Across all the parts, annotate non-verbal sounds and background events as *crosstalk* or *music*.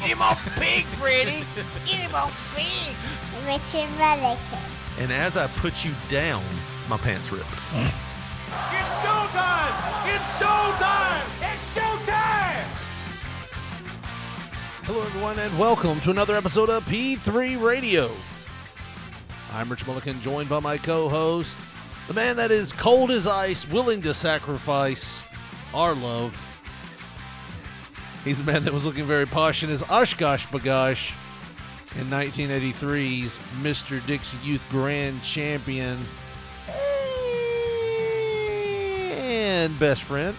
Get him off pig, Freddy. Get him off pig. Richard Mullican. and as I put you down, my pants ripped. Hello, everyone, and welcome to another episode of P3 Radio. I'm Rich Mullican, joined by my co host, the man that is cold as ice, willing to sacrifice our love. He's the man that was looking very posh in his Oshkosh Bagosh in 1983's Mr. Dixie Youth Grand Champion and best friend.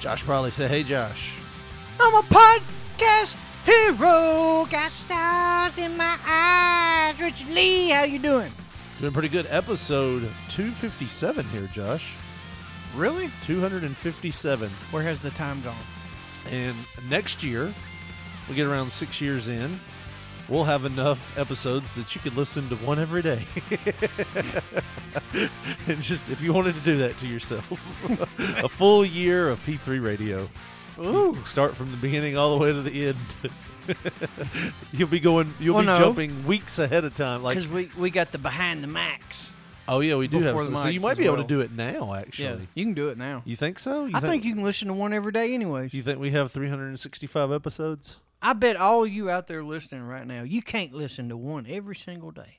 Josh probably said, Hey, Josh. I'm a podcast hero. Got stars in my eyes. Richard Lee, how you doing? Doing pretty good. Episode 257 here, Josh. Really? 257. Where has the time gone? And next year, we get around six years in, we'll have enough episodes that you could listen to one every day. *laughs* and just if you wanted to do that to yourself, *laughs* a full year of P3 radio. Ooh. Start from the beginning all the way to the end. *laughs* you'll be going. You'll Well, be no. jumping weeks ahead of time. Like, Because we, we got the behind the max. oh yeah, we do have. before Some, the so you mics might as be able well. to do it now. Actually, you can do it now. you think so? You I think you can listen to one every day, anyways. Do you think we have 365 episodes? I bet all you out there listening right now, you can't listen to one every single day.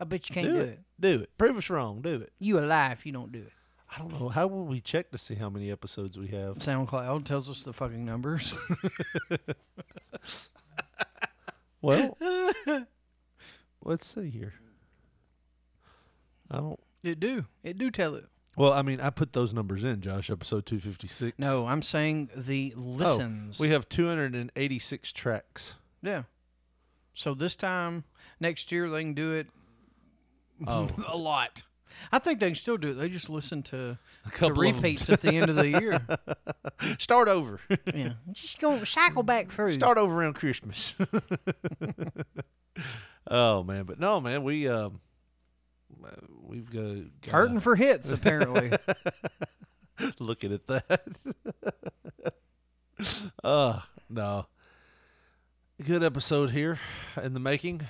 I bet you can't do, it. Do it. Prove us wrong. Do it. You alive if you don't do it. I don't know. How will we check to see how many episodes we *laughs* have? SoundCloud tells us the fucking numbers. *laughs* Well, let's see here. I don't. it do. It do tell it. Well, I mean, I put those numbers in, Josh. Episode 256. No, I'm saying the Oh, listens. we have 286 *laughs* tracks. Yeah. So this time next year they can do it Oh. a lot. I think they can still do it. They just listen to the couple of 'em. repeats at the end of the year. *laughs* Start over. Yeah, *laughs* just gonna cycle back through. Start over around Christmas. *laughs* oh man, but no man, we um, uh, we've got, got hurting for hits apparently. looking at that. *laughs* uh no. Good episode here in the making,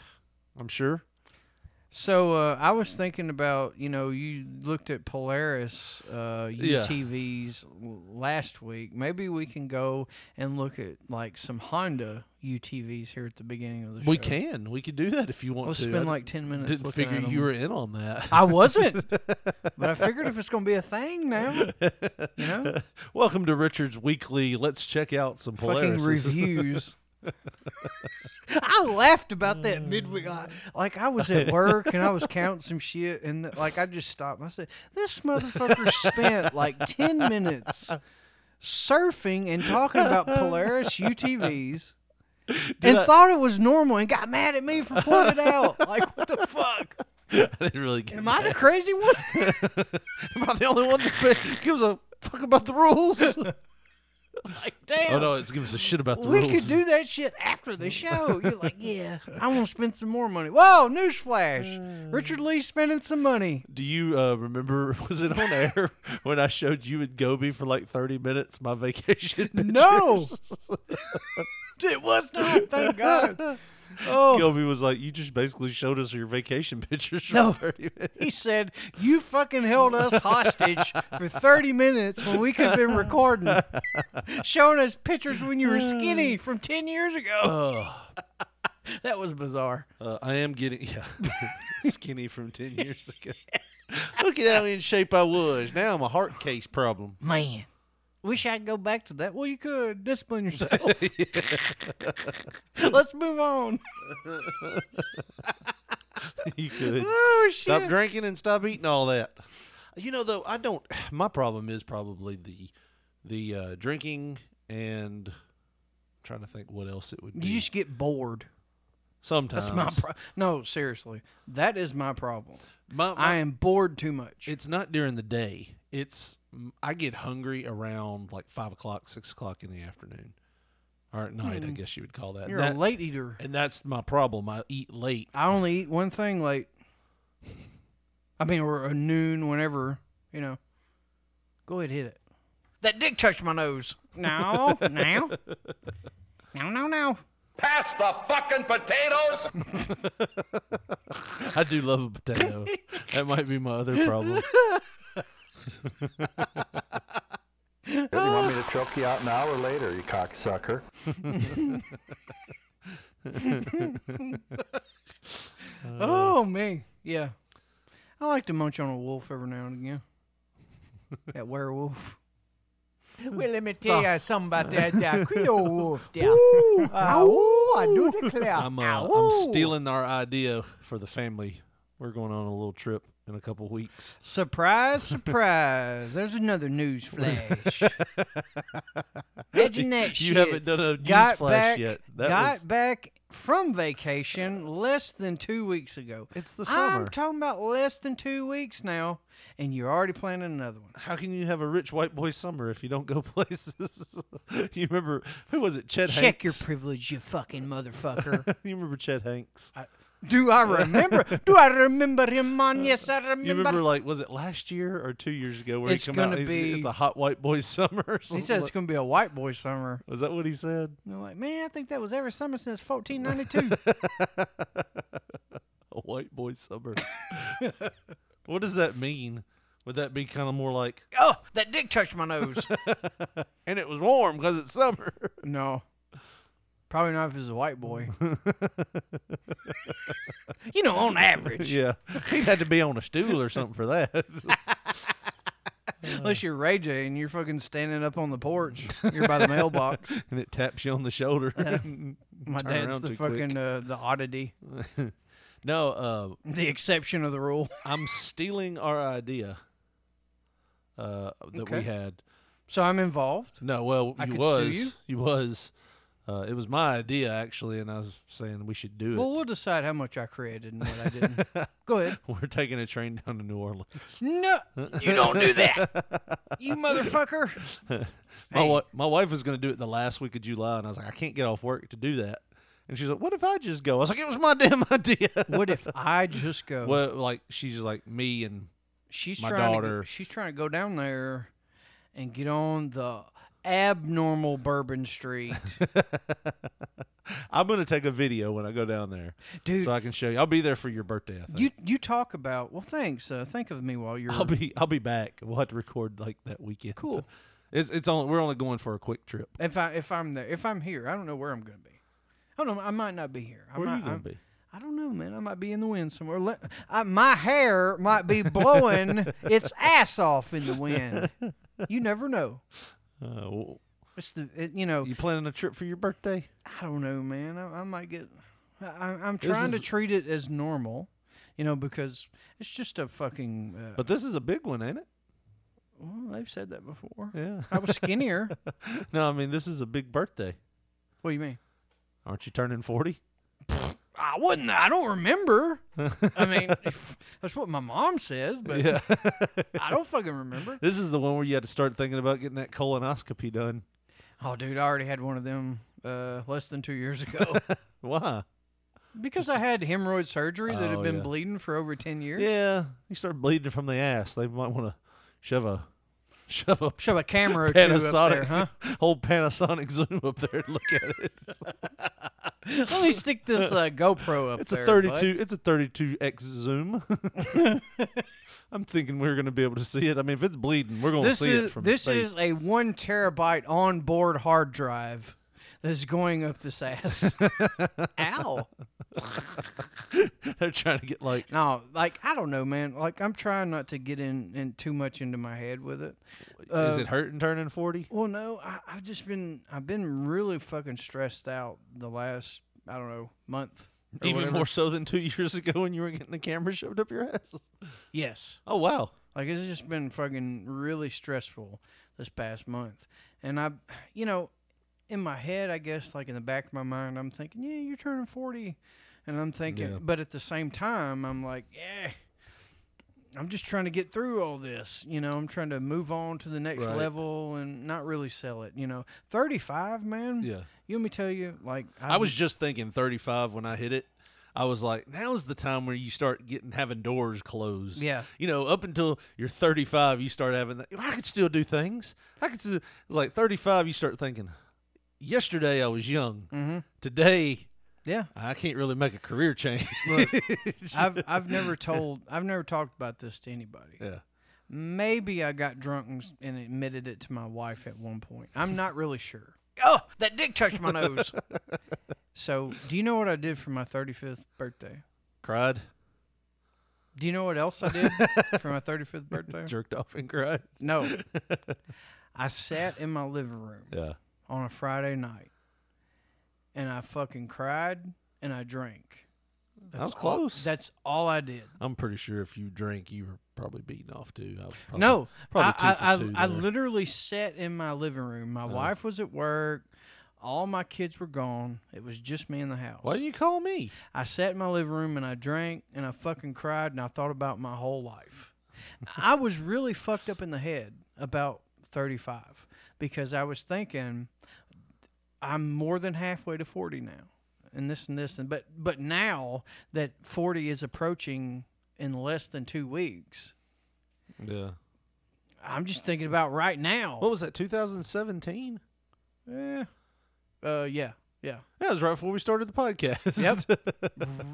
I'm sure. *laughs* so uh, I was thinking about you know you looked at Polaris uh, Yeah. UTVs l- last week. Maybe we can go and look at like some Honda UTVs here at the beginning of the show. We can. We can do that if you want Let's to. spend I like ten minutes. didn't looking figure at 'em. you were in on that. I wasn't, but I figured if it's gonna be a thing now, you know, *laughs* Welcome to Richard's weekly let's check out some fucking Polaris. *laughs* reviews. I laughed about that midweek. I- Like I was at work and I was counting some shit, and like I just stopped. and I said, "This motherfucker spent like ten minutes surfing and talking about Polaris UTVs." and I- thought it was normal and got mad at me for pointing it out. Like, what the fuck? I didn't really get Am I the crazy one? Am I the only one *laughs* that gives a fuck about the rules? *laughs* Like, damn. oh no, it gives a shit about the we rules. could do that shit after the show. You're like, yeah, I want to spend some more money. Whoa, newsflash! Richard Lee spending some money. Do you uh, remember? *laughs* Was it on air when I showed you and Gobi for like thirty minutes my vacation? *laughs* No, it was not. Thank God. Oh Gobi was like, "You just basically showed us your vacation *laughs* pictures." For No. 30 minutes." He said, "You fucking held us hostage for 30 minutes when we could have been recording, showing us pictures when you were skinny from 10 years ago." *laughs* that was bizarre. Uh, I am getting *laughs* yeah skinny from *laughs* ten years ago. Look at how in shape I was. Now I'm a heart case problem. Man, wish I'd go back to that. Well, you could discipline yourself. Let's move on. *laughs* you could Oh shit! stop drinking and stop eating all that. You know, though, I don't. *sighs* My problem is probably the the uh, drinking and trying to think what else it would be. you just get bored. Sometimes That's Uh, my pro- no, seriously, that is my problem. My- my- I am bored too much. Uh, It's not during the day. It's mm, I get hungry around like five o'clock, six o'clock in the afternoon, or at night. I guess you would call that. Hmm. You're That- a late eater. and that's my problem. I eat late. I only eat one thing late. I mean, or a noon, whenever you know. Go ahead, hit it. That did touch my nose. No, now, no, no, no. Pass the fucking potatoes! I do love a *laughs* potato. that might be my other problem. You want me to choke you out an hour later, you cocksucker? oh me, yeah. I like to munch on a wolf every now and *laughs* again. that werewolf. Well, let me tell you something about that, that Creole wolf there. Uh, Oh, I do declare. I'm uh, I'm stealing our idea for the family. We're going on a little trip in a couple weeks. Surprise, surprise. There's another news *laughs* flash. Imagine that You shit. haven't done a got newsflash back, yet. That got was- back from vacation less than two weeks ago. It's the summer. I'm talking about less than two weeks now, and you're already planning another one. How can you have a rich white boy summer if you don't go *laughs* places? *laughs* you remember who was it? Chet Check your Hanks. privilege, you fucking *laughs* motherfucker. you remember Chet Hanks? do I remember? Do I remember him, man? Yes, I remember. You remember like was it last year or two years ago where It's he come out? gonna and he's- be- It's a hot white boy *laughs* summer. Or he something said like- it's going to be a white boy summer. was that what he said? And they're like, man, I think that was every summer *laughs* since 1492. A white boy *laughs* summer. what does that mean? Would that be kind of more like? oh, that dick touched my nose. *laughs* And it was warm because it's *laughs* summer. No. Probably not if it's a *laughs* white boy. you know, on average. yeah, he'd had to be on a stool or something for that. Unless you're Ray J and you're fucking standing up on the porch. You're by the mailbox. *laughs* and it taps you on the shoulder. My Turn dad's around the too quick. fucking uh, the oddity, *laughs* *laughs* no, uh, the exception of *laughs* the rule. I'm stealing our idea uh, that Okay. we had. So I'm involved. No, well, I you could sue was you? was. Uh, it was my idea actually, and I was saying we should do it. Well, we'll decide how much I created and what I didn't. Go ahead. *laughs* We're taking a train down to New Orleans. No, *laughs* you don't do that. *laughs* You motherfucker. My Hey. wa- my wife was going to do it the last week of July, and I was like, I can't get off work to do that. And she's like, What if I just go? I was like, It was my *laughs* damn idea. What if I just *laughs* go? Well, like she's just like me and She's My trying To, daughter- go- she's trying to go down there and get on the abnormal Bourbon *laughs* Street. I'm going to take a video when I go down there, Dude. so I can show you. I'll be there for your birthday. I think. you you talk about well, thanks. Uh, think of me while you're. I'll be I'll be back. We'll have to record like that weekend. Cool. *laughs* It's it's only we're only going for a quick trip. if I if I'm there if I'm here, I don't know where I'm gonna be. I don't know. I might not be here. I Where might, are you gonna I'm- be? I don't know, man. I might be in the wind somewhere. Let, I, my hair might *laughs* be blowing its ass off in the wind. You never know. Uh, w- It's the it, you know. you planning a trip for your birthday? I don't know, man. I, I might get. I, I- I'm This trying to is- treat it as normal, you know, because it's just a fucking. Uh, But this is a big one, ain't it? well, they've said that before. Yeah. I was skinnier. *laughs* no, I mean this is a big birthday. what do you mean? Aren't you turning forty? I wouldn't. I don't remember. *laughs* I mean, if- that's what my mom says, but Yeah. I don't fucking remember. this is the one where you had to start thinking about getting that colonoscopy done. Oh, dude, I already had one of them uh, less than two *laughs* years ago Why? because I had hemorrhoid surgery that Oh, had been yeah. bleeding for over ten years. Yeah. You start bleeding from the ass. They might want to shove a *laughs* shove a Shove *laughs* a camera or two up there, Panasonic huh? *laughs* old Panasonic zoom up there and look at it. Let me stick this uh, GoPro up It's there. a bud. 32. It's a 32x *laughs* zoom. I'm thinking we're going to be able to see it. I mean, if it's bleeding, we're going to this see is it from this space. is a one terabyte onboard hard drive that's going up this *laughs* ass. Ow! *laughs* They're trying to get like No, like I don't know, man. Like I'm trying not to get in, in too much into my head with it. is it hurting turning 40? Well, no, I, I've just been I've been really fucking stressed out the last I don't know month. or Even whatever. more so than 2 years ago when you were getting the camera shoved up your ass. Yes, Oh wow. like it's just been fucking really stressful this past month, and I, you know, in my head, I guess like in the back of my mind, I'm thinking, yeah, you're turning forty. And I'm thinking, Yeah. but at the same time, I'm like, yeah, I'm just trying to get through all this. You know, I'm trying to move on to the next Right. level and not really sell it. You know, 35, man. Yeah. You let me tell you, like, I was just thinking 35 when I hit it. I was like, now's the time where you start getting having doors closed. Yeah. You know, up until you're 35, you start having that. I could still do things. I could still, like 35, you start thinking, yesterday I was young. Mm-hmm. Today, yeah. I can't really make a career change. *laughs* I've I've never told I've never talked about this to anybody. yeah. Maybe I got drunk and, s- and admitted it to my wife at one point. I'm not really sure. Oh, that dick touched My nose. *laughs* so, do you know what I did for my 35th birthday? Cried, Do you know what else I did for *laughs* my 35th birthday? jerked off and cried. *laughs* No. I sat in my living room Yeah. on a Friday night and I fucking cried and I drank. I was close. That's all I did. I'm pretty sure if you drank, you were probably beaten off too. I was probably, no, probably two I, for I, two I, I there. Uh-huh. literally sat in my living room. My wife was at work. All my kids were gone. It was just me in the house. Why do you call me? I sat in my living room and I drank and I fucking cried and I thought about my whole life. I was really fucked up in the head about 35 because I was thinking I'm more than halfway to 40 now and this and this and but but now that 40 is approaching in less than 2 weeks Yeah. I'm just thinking about right now. What was that? 2017. Eh. Uh yeah. Yeah. That was right before we started the podcast. *laughs* Yep.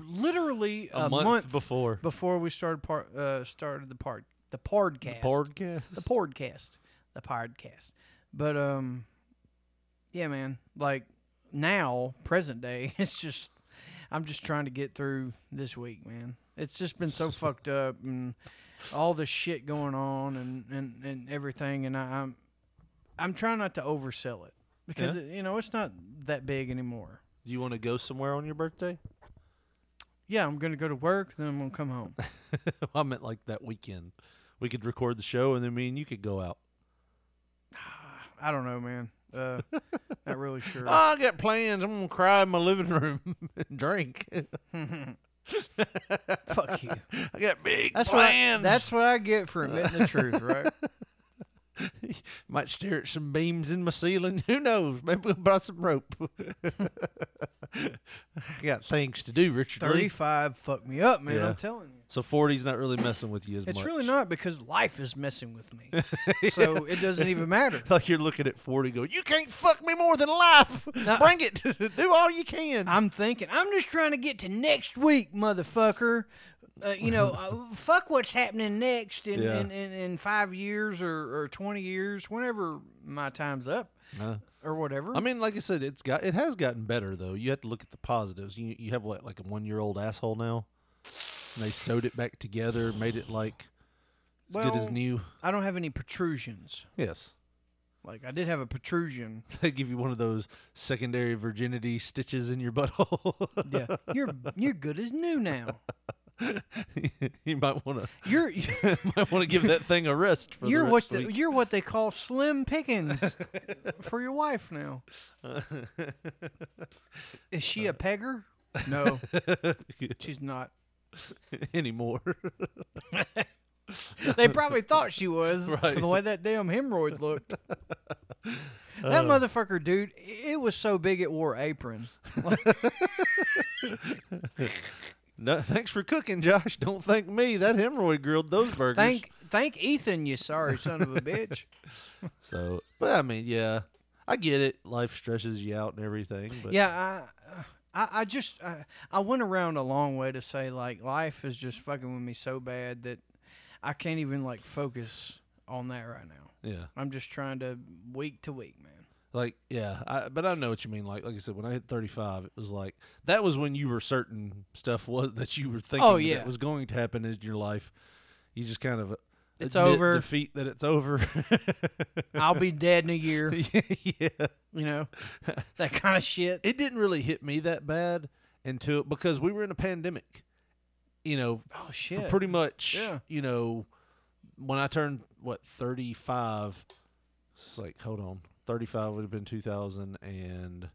Literally a, month, before. before we started part uh, started the part the podcast. Podcast. the podcast, the podcast. But um, yeah, man. Like now, present day, *laughs* it's just I'm just trying to get through this week, man. It's just *laughs* been so fucked up and all the shit going on and and and everything. And I, I'm I'm trying not to oversell it because Yeah. it, you know it's not that big anymore. Do you want to go somewhere on your *laughs* birthday? Yeah, I'm gonna go to work, then I'm gonna *laughs* come home. Oh, I meant like that weekend. We could record the show and then me and you could go out. I don't know, man. Uh, *laughs* not really sure. Oh, I got plans. I'm going to cry in my living room *laughs* and drink. Fuck you. I got big That's what I, plans. that's what I get for admitting the truth, *laughs* right? Might stare at some beams in my ceiling. *laughs* Who knows? Maybe we'll buy some rope. *laughs* I got things to do, Richard. Lee. 35 fucked me up, man. Yeah. I'm telling you. So 40's not really messing with you as It's much. really not because life is messing with me. so it doesn't *laughs* even matter. *laughs* Like you're looking at 40 going, you can't fuck me more than life. Bring it. *laughs* Do all you can. I'm thinking, I'm just trying to get to next week, motherfucker. Uh, you know, uh, fuck what's happening next in, Yeah. in, in, in five years or, or 20 years, whenever my time's up or whatever. Uh. I mean, like I said, it's got it has gotten better though. You have to look at the positives. You you have what like a one year old asshole now, and they sewed it back together, made it like as good as Well- new. I don't have any protrusions. Yes, Like, I did have a protrusion. *laughs* they give you one of those secondary virginity stitches in your butthole. Yeah. *laughs* you're, you're good as new now. *laughs* you might want to You're. *laughs* might want to give that thing a rest for you're the what rest the, of the week. you're what they call *laughs* slim pickings for your wife now. Is she Uh, *laughs* a pegger? No, *laughs* she's not. *laughs* anymore. They probably thought she was Right. for the way that damn hemorrhoid *laughs* looked. Uh. That motherfucker, dude, i- it was so big it wore apron. no, thanks for cooking, Josh. Don't thank me. That hemorrhoid grilled those burgers. Thank, thank Ethan, you sorry son of *laughs* a bitch. So, but I mean, yeah, I get it. Life stresses you out and everything. But Yeah, I, I, I just, I, I went around a long way to say like life is just fucking with me so bad that I can't even like focus on that right now. yeah. I'm just trying to week to week, man. *laughs* Like, yeah, I, but I know what you mean. Like, like I said, when I hit 35, it was like that was when you were certain stuff was that you were thinking Oh, yeah. that was going to happen in your life. You just kind of It's admit over. defeat that it's over. I'll be dead in a year, *laughs* yeah, you know, that kind of shit. it didn't really hit me that bad until because we were in a pandemic. You know, Oh for shit! pretty much Yeah. you know when i turned what 35 it's like hold on 35 would have been 2000 and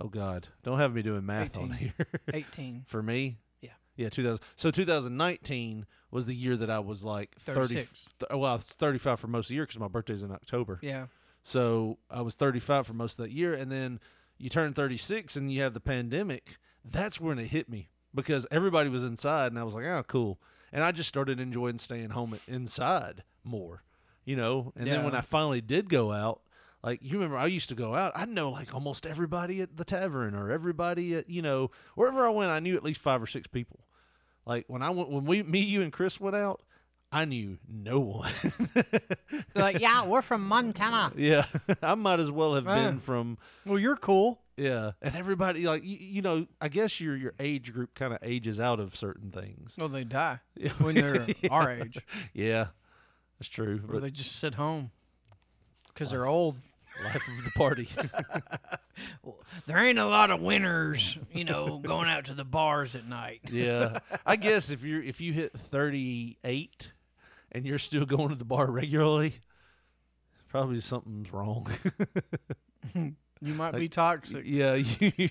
Oh God, don't have me doing math on 18. here. *laughs* 18. for me. Yeah. Yeah, 2000. So 2019 was the year that I was like 30. 36. th- well, I was 35 for most of the year because my birthday's in October. Yeah. So I was 35 for most of that year. And then you turn 36 and you have the pandemic. That's when it hit me because everybody was inside and I was like, oh, cool. And I just started enjoying staying home inside more, you know? And then when Yeah. I finally did go out, like you remember, I used to go out. I know like almost everybody at the tavern or everybody at you know wherever I went. I knew at least five or six people. Like when I went, when we, me, you, and Chris went out, I knew no one. *laughs* They're like, yeah, we're *laughs* from Montana. Yeah, *laughs* I might as well have been Yeah. from Well, you're cool. yeah, and everybody like you, you know. I guess your your age group kind of ages out of certain *laughs* things. Well, they die *laughs* when they're our age, Yeah, that's true. or But they just sit home because they're old. life of the party. There ain't a lot of winners, you know, *laughs* going out to the bars at night. *laughs* yeah, I guess if you're if you hit thirty eight and you're still going to the bar regularly, probably something's *laughs* wrong. *laughs* You might be toxic. yeah, you,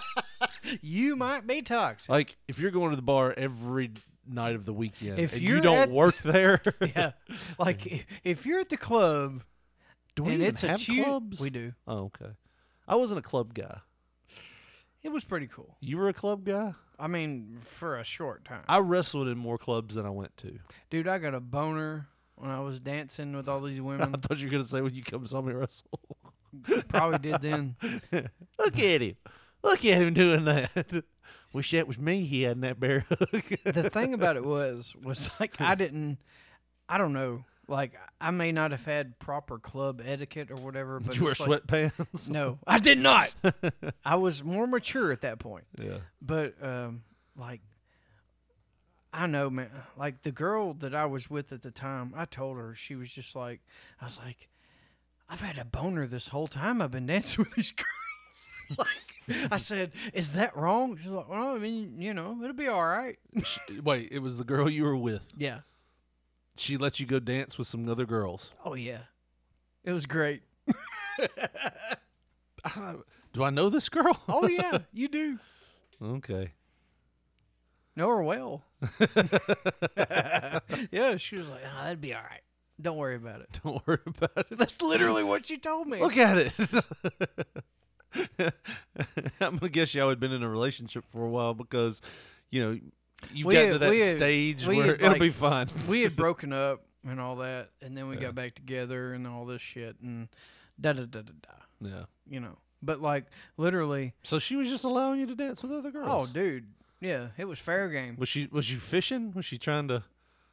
*laughs* You might be toxic. like if you're going to the bar every night of the weekend If and you you're don't at- work there. *laughs* *laughs* yeah. Like i- if you're at the club *laughs* Do we and even it's have a tu- clubs? we do. Oh, okay. I wasn't a club guy. It was pretty cool. You were a club guy? I mean, for a short time. I wrestled in more clubs than I went to. Dude, I got a boner when I was dancing with all these I *laughs* women. thought you were going to say when you come saw me wrestle. *laughs* Probably did then. Look at him. Look at him doing that. *laughs* Wish that was me he had in that *laughs* bear hug. the thing about it was was like I didn't I don't know. Like I may not have had proper club etiquette or whatever, but you wear it's like- sweatpants? No, I did *laughs* not. I was more mature at that point. Yeah. But um, like, I know, man. Like the girl that I was with at the time, I told her she was just like, I was like, I've had a boner this whole time. I've been dancing with these *laughs* girls. *laughs* like, I said, is that wrong? She's like, well, I mean, you know, it'll be all right. Wait, it was the girl you were with. Yeah. She let you go dance with some other girls. Oh yeah. It was great. Do I know this *laughs* girl? Oh yeah, *laughs* you do okay. know her *laughs* well. *laughs* yeah, she was like, oh, that'd be all right. Don't worry about it. *laughs* Don't worry about it. *laughs* That's literally what she told me. Look at it. *laughs* I'm gonna guess y'all had been in a relationship for a while because, you know, you've We gotten to had- that we had- stage we where had, it'll like- be fine. *laughs* we had broken up and all that, and then we got back together and all this shit and da da da da da. Yeah. You know, but like literally, So she was just allowing you to dance with other girls. oh dude, yeah, it was fair game. Was she was you fishing? Was she trying to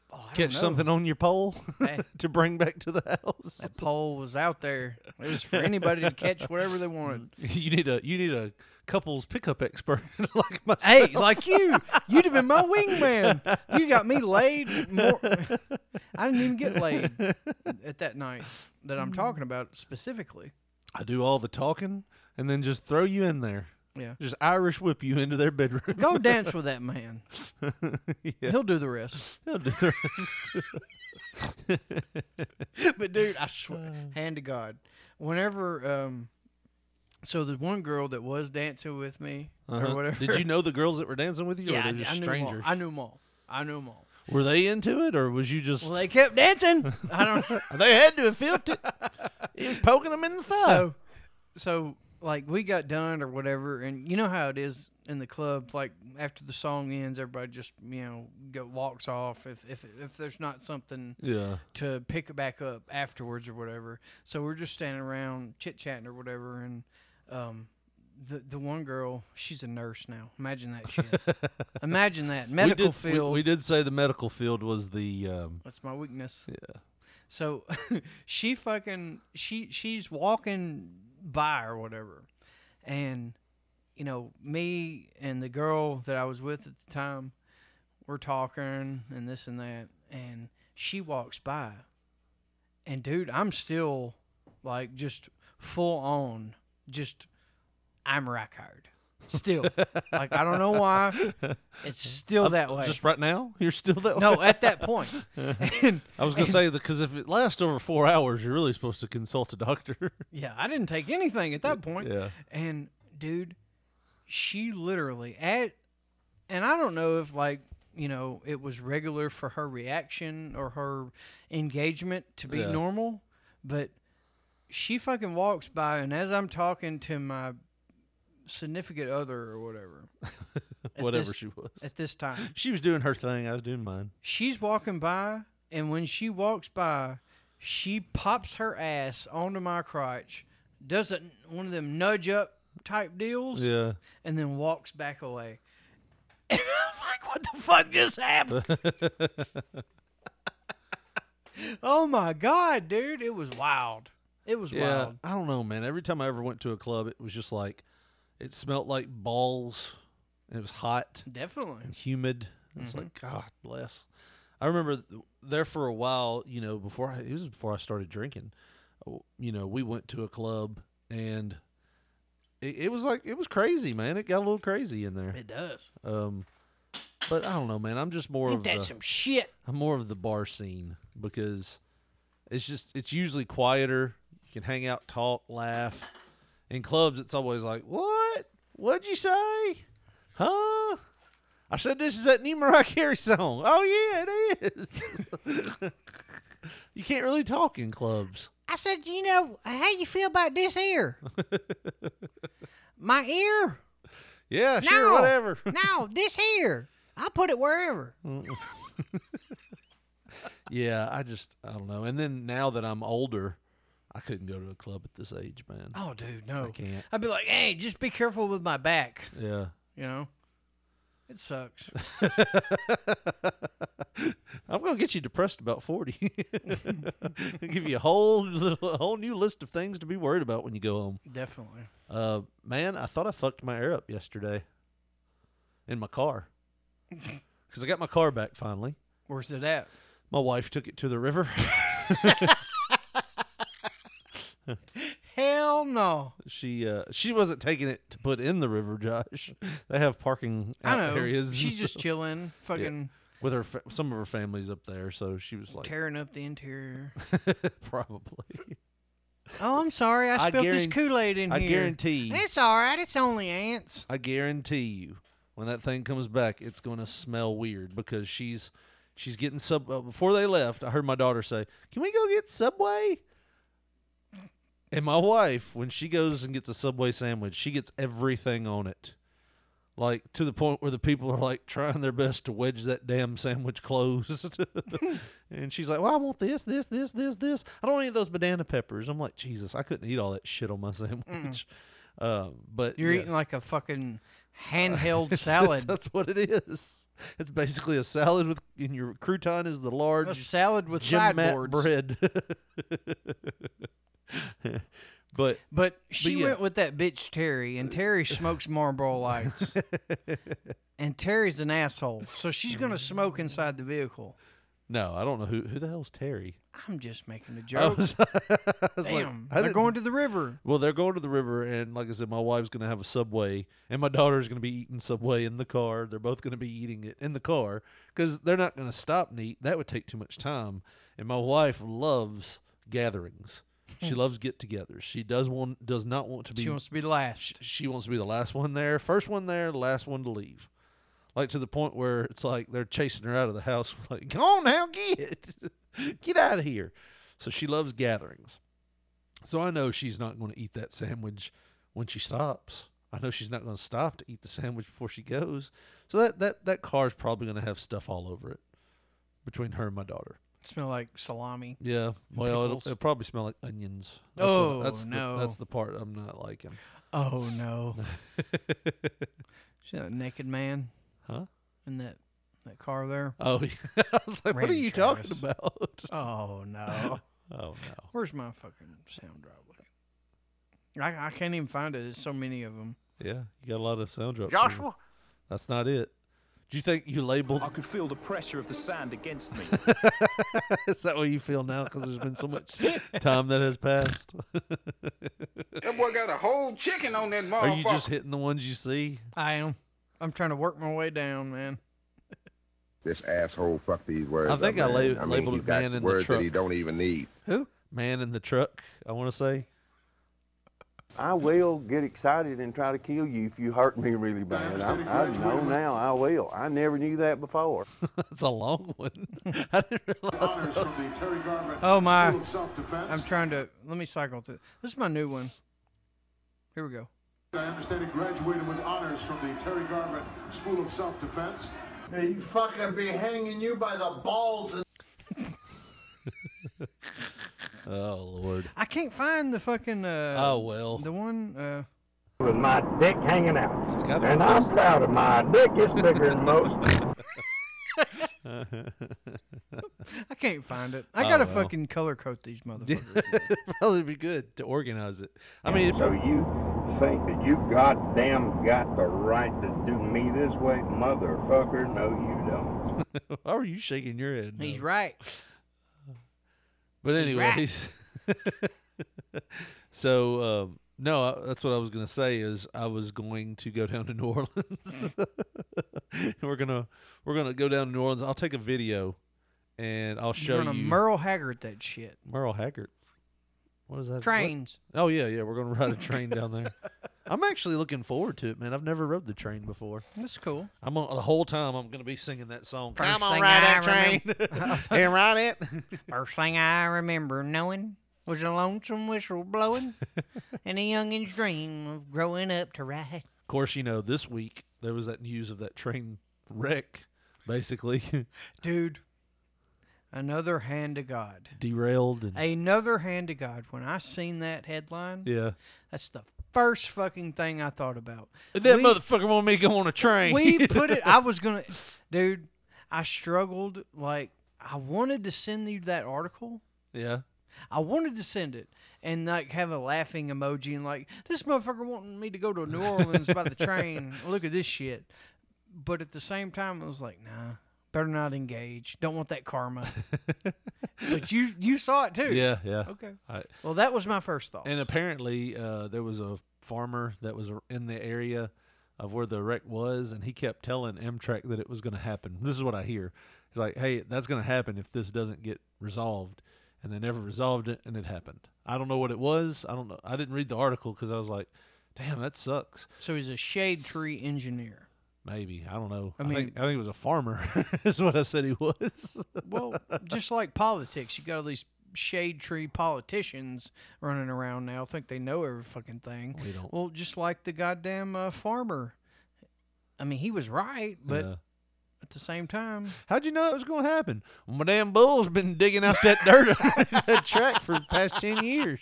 Oh, I don't catch know. something on your pole Hey. *laughs* to bring back to the house? That pole was out there. It was for anybody to catch whatever they wanted. *laughs* You need a you need a couples pickup expert *laughs* like myself. Hey, like you, you'd have been my wingman. You got me laid. More, *laughs* I didn't even get laid at that night that I'm talking about specifically. I do all the talking and then just throw you in there. Yeah. Just Irish whip you into their bedroom. Go dance with that *laughs* man. He'll do the rest. They'll do the rest. but dude, I swear, hand to God, whenever um, so the one girl that was dancing with me Uh-huh. or whatever, *laughs* Did you know the girls that were dancing with you, Yeah, or I, they're just I knew 'em all. strangers? I knew them all. I knew them all. Were they into it, or was you just? Well, they kept dancing. I don't know. they had to have felt it. *laughs* He was poking them in the thigh. so, so like we got done or whatever, and you know how it is in the club. Like after the song ends, everybody just you know go, walks off. If if if there's not something yeah, to pick it back up afterwards or whatever. So we're just standing around chit chatting or whatever, and um, the the one girl, she's a nurse now. Imagine *laughs* that shit. Imagine that medical we did, we- field. We, did say the medical field was the. Um, That's my weakness. Yeah. So *laughs* she fucking she she's walking by or whatever, and you know me and the girl that I was with at the time, we're talking and this and that, and she walks by, and dude, I'm still like just full on, just I'm Rackard. Still, like I don't know why, it's still that way. Just right now, you're still that. way? no, at that point, and I was *laughs* gonna say that because if it lasts over four hours, you're really supposed to consult a doctor. *laughs* Yeah, I didn't take anything at that point. yeah. And dude, she literally at, and I don't know if like you know it was regular for her reaction or her engagement to be Yeah. normal, but she fucking walks by and as I'm talking to my significant other or whatever, at Whatever this- she was. at this time, She was doing her thing. I was doing mine. she's walking by, and when she walks by, she pops her ass onto my crotch, does a, one of them nudge up type deals, Yeah. and then walks back away. *laughs* And I was like, what the fuck *laughs* just happened? oh my God, dude. It was wild. It was Yeah. wild. I don't know, man. Every time I ever went to a club, it was just like, it smelt like balls. And it was hot. Definitely. and humid. It's Mm-hmm. like God bless. I remember th- there for a while, you know, before I, it was before I started drinking. w- You know, we went to a club and it, it was like it was crazy, man. It got a little crazy in there. It does. Um, but I don't know, man. I'm just more Ain't of that the, some shit? I'm more of the bar scene because it's just it's usually quieter. You can hang out, talk, laugh. In clubs, it's always like, "What? What'd you say? Huh?" I said, "This is that new Mariah Carey song." Oh yeah, it is. *laughs* you can't really talk in clubs. I said, you know, how you feel about this *laughs* ear? my ear? Yeah, sure, whatever. *laughs* no, this ear. I put it wherever. yeah, I just I don't know. And then now that I'm older, I couldn't go to a club at this age, man. Oh, dude, no. I can't. would be like, hey, just be careful with my back. Yeah. You know, it *laughs* sucks. I'm gonna get you depressed about forty. *laughs* Give you a whole little, a whole new list of things to be worried about when you go home. Definitely. Uh, man, I thought I fucked my air up yesterday in my *laughs* car because I got my car back finally. Where's it at? My wife took it to the river. *laughs* Hell no. she uh, she wasn't taking it to put in the river, Josh. They have parking out I know. areas. and She's *laughs* just stuff chilling, fucking *laughs* with her fa- some of her family's up there, so she was like tearing up the *laughs* interior. *laughs* probably. oh, I'm sorry. I I spilled this guaran- Kool Aid in I here. guarantee. It's all right. It's only ants. I guarantee you, when that thing comes back, it's going to smell weird because she's she's getting sub. Uh, before they left, I heard my daughter say, "Can we go get Subway?" And my wife, when she goes and gets a Subway sandwich, she gets everything on it, like to the point where the people are like trying their best to wedge that damn sandwich closed. *laughs* and she's like, "Well, I want this, this, this, this, this. I don't want any of those banana peppers." I'm like, "Jesus, I couldn't eat all that shit on my *laughs* sandwich." Uh, but Mm. You're yeah. eating like a *laughs* fucking *laughs* handheld It's- salad. That's what it is. It's basically a salad with, and your crouton is the large A salad with Jim Matt sideboards. bread. *laughs* but But she yeah. went with that bitch Terry, and Terry smokes Marlboro *laughs* Lights, and Terry's an asshole, so she's gonna smoke inside the vehicle. no, I don't know who who the hell's Terry. I'm just making a I joke. was, *laughs* I was like, Damn, I they're didn't- going to the river. Well, they're going to the river, and like I said, my wife's going to have a Subway, and my daughter's going to be eating Subway in the car. They're both going to be eating it in the car because they're not going to stop and eat. That would take too much time. And my wife loves gatherings. *laughs* She loves get-togethers. She does want does not want to *laughs* be She wants to be last. she wants to be the last one there, first one there, last one to leave. Like to the point where it's like they're chasing her out of the house. *laughs* Like, go on now, get *laughs* get out of here. So she loves gatherings. So I know she's not going to eat that sandwich when she stops. I know she's not going to stop to eat the sandwich before she goes. So that that that car's probably going to have stuff all over it between her and my daughter. Smell like salami. Yeah. Well, it'll, pickles. it'll probably smell like onions. That's the- Oh, that's the- no. that's the part I'm not liking. Oh *laughs* no! She's a naked man Huh? in that that car there. Oh, *laughs* yeah. I was like, what are Randy you Travis. talking about? *laughs* Oh no! Oh, no. Where's my fucking sound drive? I I can't even find it. There's so many of them. Yeah, you got a lot of sound drops. Joshua? That's not it. Do you think you labeled? I could feel the pressure of the sand against me. *laughs* Is that what you feel now? Because there's been so much *laughs* time that has passed. *laughs* That boy got a whole chicken on that motherfucker. Are you just hitting the ones you see? I am. I'm trying to work my way down, man. This asshole fuck these words. I think up, I man. la- I mean, labeled he's it got man in the words that he truck. don't even need. Who? Man in the truck. I want to say. I will get excited and try to kill you if you hurt me really bad. I, I know now I will. I never knew that before. *laughs* That's a long one. *laughs* Oh my! I'm trying to let me cycle through. This is my new one. Here we go. I understand he graduated with honors from the Terry Garvin School of Self-Defense. Hey, you fucking be hanging you by the balls. And- Oh Lord. I can't find the fucking. Uh, Oh, well. The one. Uh, with my dick hanging out. It's gotta be and close. I'm proud of my dick. It's bigger than most. I can't find it. I Oh, gotta well. fucking color code these *laughs* motherfuckers. *laughs* Probably be good to organize it. I mean, *laughs* so you think that you goddamn got the right to do me this way, motherfucker? No, you don't. Why were you shaking your head? He's though? right. But He's right. anyways, *laughs* so um, no, I, that's what I was gonna say is I was going to go down to New Orleans. Mm. And *laughs* we're gonna we're gonna go down to New Orleans. I'll take a video and I'll show You're gonna you Merle Haggard that shit. Merle Haggard. What is that? what- Trains. Oh yeah, yeah. We're gonna ride a train down *laughs* there. I'm actually looking forward to it, man. I've never rode the train before. That's cool. I'm on, the whole time. I'm gonna be singing that song. First Come on, thing ride I that train. *laughs* remember- *laughs* and ride it. *laughs* First thing I remember knowing was a lonesome whistle *laughs* blowing and a youngin's dream of growing up to ride. Of course, you know, this week there was that news of that train wreck, basically *laughs* Dude, another hand to God. derailed. And, Another hand to God. When I seen that headline, yeah. that's the first fucking thing I thought about. And that We- motherfucker wanted me to go on a train. *laughs* We put it. I was gonna, dude. I struggled. Like I wanted to send you that article. yeah. I wanted to send it and like have a laughing emoji and like this motherfucker wanting me to go to New Orleans by *laughs* the train. Look at this shit. But at the same time, I was like, nah, better not engage. Don't want *laughs* that karma. but you you saw it too. Yeah, yeah. Okay. I- well, that was my first thought. And apparently, uh, there was a farmer that was in the area of where the wreck was, and he kept telling Amtrak that it was going to happen. This is what I hear. He's like, "Hey, that's going to happen if this doesn't get resolved," and they never resolved it, and it happened. I don't know what it was. I don't know. I didn't read the article because I was like, "Damn, that sucks." So he's a shade tree engineer. Maybe I don't know. I I, mean- think, I think it was a farmer. *laughs* is what I said he was. *laughs* Well, just like politics, you got all these shade tree politicians running around now. Think they know every fucking thing. We don't. Well, just like the goddamn uh, farmer. I mean, he was right, but Yeah. at the same time, How'd you know it was going to happen? My damn bull's been digging out that dirt *laughs* under that track for the past 10 years.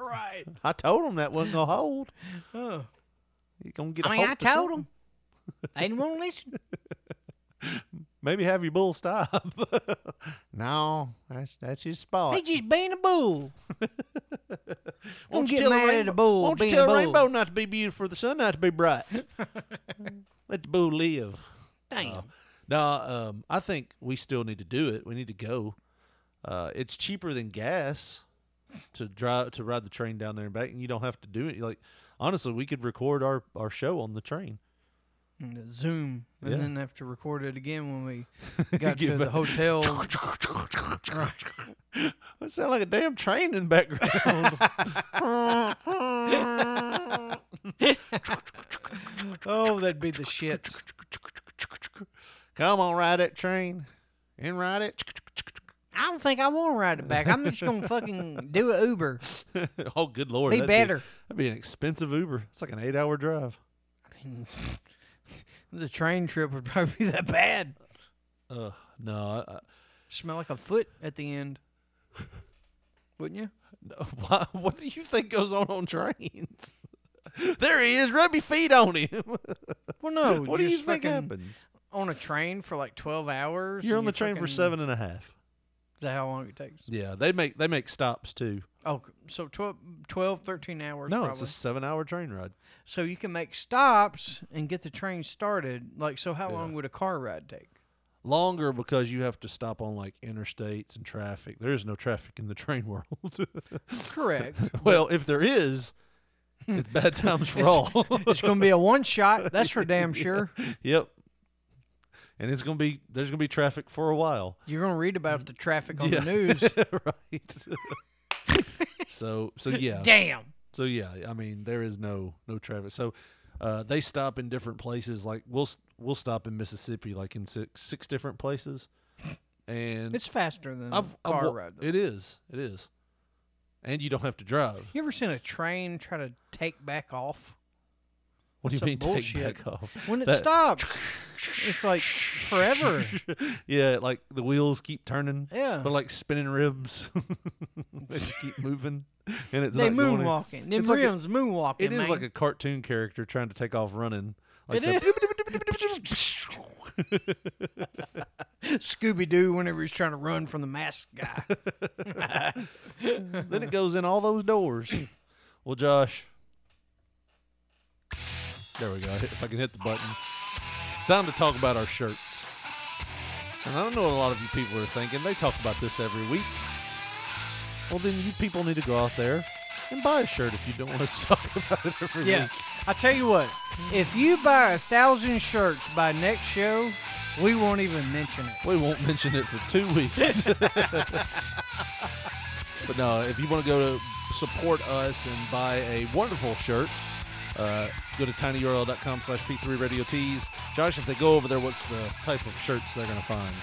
Right. I told him that wasn't going to hold. Oh. He's going to get a I mean, I hold to told something. him. They didn't want to listen. Maybe have your bull stop. *laughs* no, that's that's his spot. They just being a bull. Won't Don't you get tell mad at rainbow- a bull. Won't you being tell a a bull. rainbow not to be beautiful for the sun not to be bright? *laughs* Let the bull live. Damn. Uh, no, um, I think we still need to do it. We need to go. Uh, it's cheaper than gas to drive to ride the train down there and back, and you don't have to do it. Like honestly, we could record our our show on the *laughs* train. And the Zoom, and Yeah. then have to record it again when *laughs* we got Get to the back. hotel. *laughs* That sound like a damn train in the *laughs* background. oh, that'd be the shits. Come on, ride that train and ride it. I don't think I want to ride it back. I'm just gonna fucking do an Uber. *laughs* oh, good lord! Be that'd better. that'd be an expensive Uber. It's like an eight-hour drive. The train trip would probably be that bad. Uh, no, I, I, Smell like a foot at the end, wouldn't you? no. *laughs* Why, what do you think goes on on trains? *laughs* there he is. Rub your feet on him. *laughs* Well, no. what do you're you just think fucking happens? On a train for like twelve hours. You're on and you the train for fucking- seven and a half. Is that how long it takes? Yeah, they make they make stops too. Oh, so 12, 12 13 hours. no, probably. it's a seven-hour train ride. so you can make stops and get the train started. Like, so how Yeah. long would a car ride take? Longer because you have to stop on like interstates and traffic. There is no traffic in the train *laughs* world. Correct. well, if there is, it's bad times for all. *laughs* *laughs* it's going to be a one shot. That's for damn sure. Yep. And it's gonna be there's gonna be traffic for a while. You're going to read about *laughs* the traffic on Yeah. *laughs* the news. right. so so yeah. Damn. So yeah, I mean there is no no traffic. So uh, they stop in different places. Like we'll s- we'll stop in Mississippi, like in six six different places, and It's faster than a wa- car ride, It is, it is, and you don't have to drive. You ever seen a train try to take back off? What do you Some mean bullshit. take back off? When it That- *laughs* stops, it's like forever. *laughs* Yeah, like the wheels keep turning. Yeah. they're like spinning ribs. *laughs* they just keep moving, and it's They not going in. moonwalking. Them It's like a- rims moonwalking, It is man. like a cartoon character trying to take off running. Like It the- is. *laughs* Scooby Doo whenever he's trying to run from the masked guy. then it goes in all those doors. *coughs* Well, Josh. There we go. *laughs* If I can hit the button. It's time to talk about our shirts. And I don't know what a lot of you people are thinking. They talk about this every week. Well, then you people need to go out there and buy a shirt if you don't want to *laughs* talk about it every *laughs* yeah. week. I tell you what, if you buy a thousand shirts by next show, we won't even mention it. We won't mention it for two weeks. but no, if you want to go to support us and buy a wonderful shirt, uh, go to tinyurl.com slash p3 radio tees. Josh, if they go over there, what's the type of shirts they're going to find?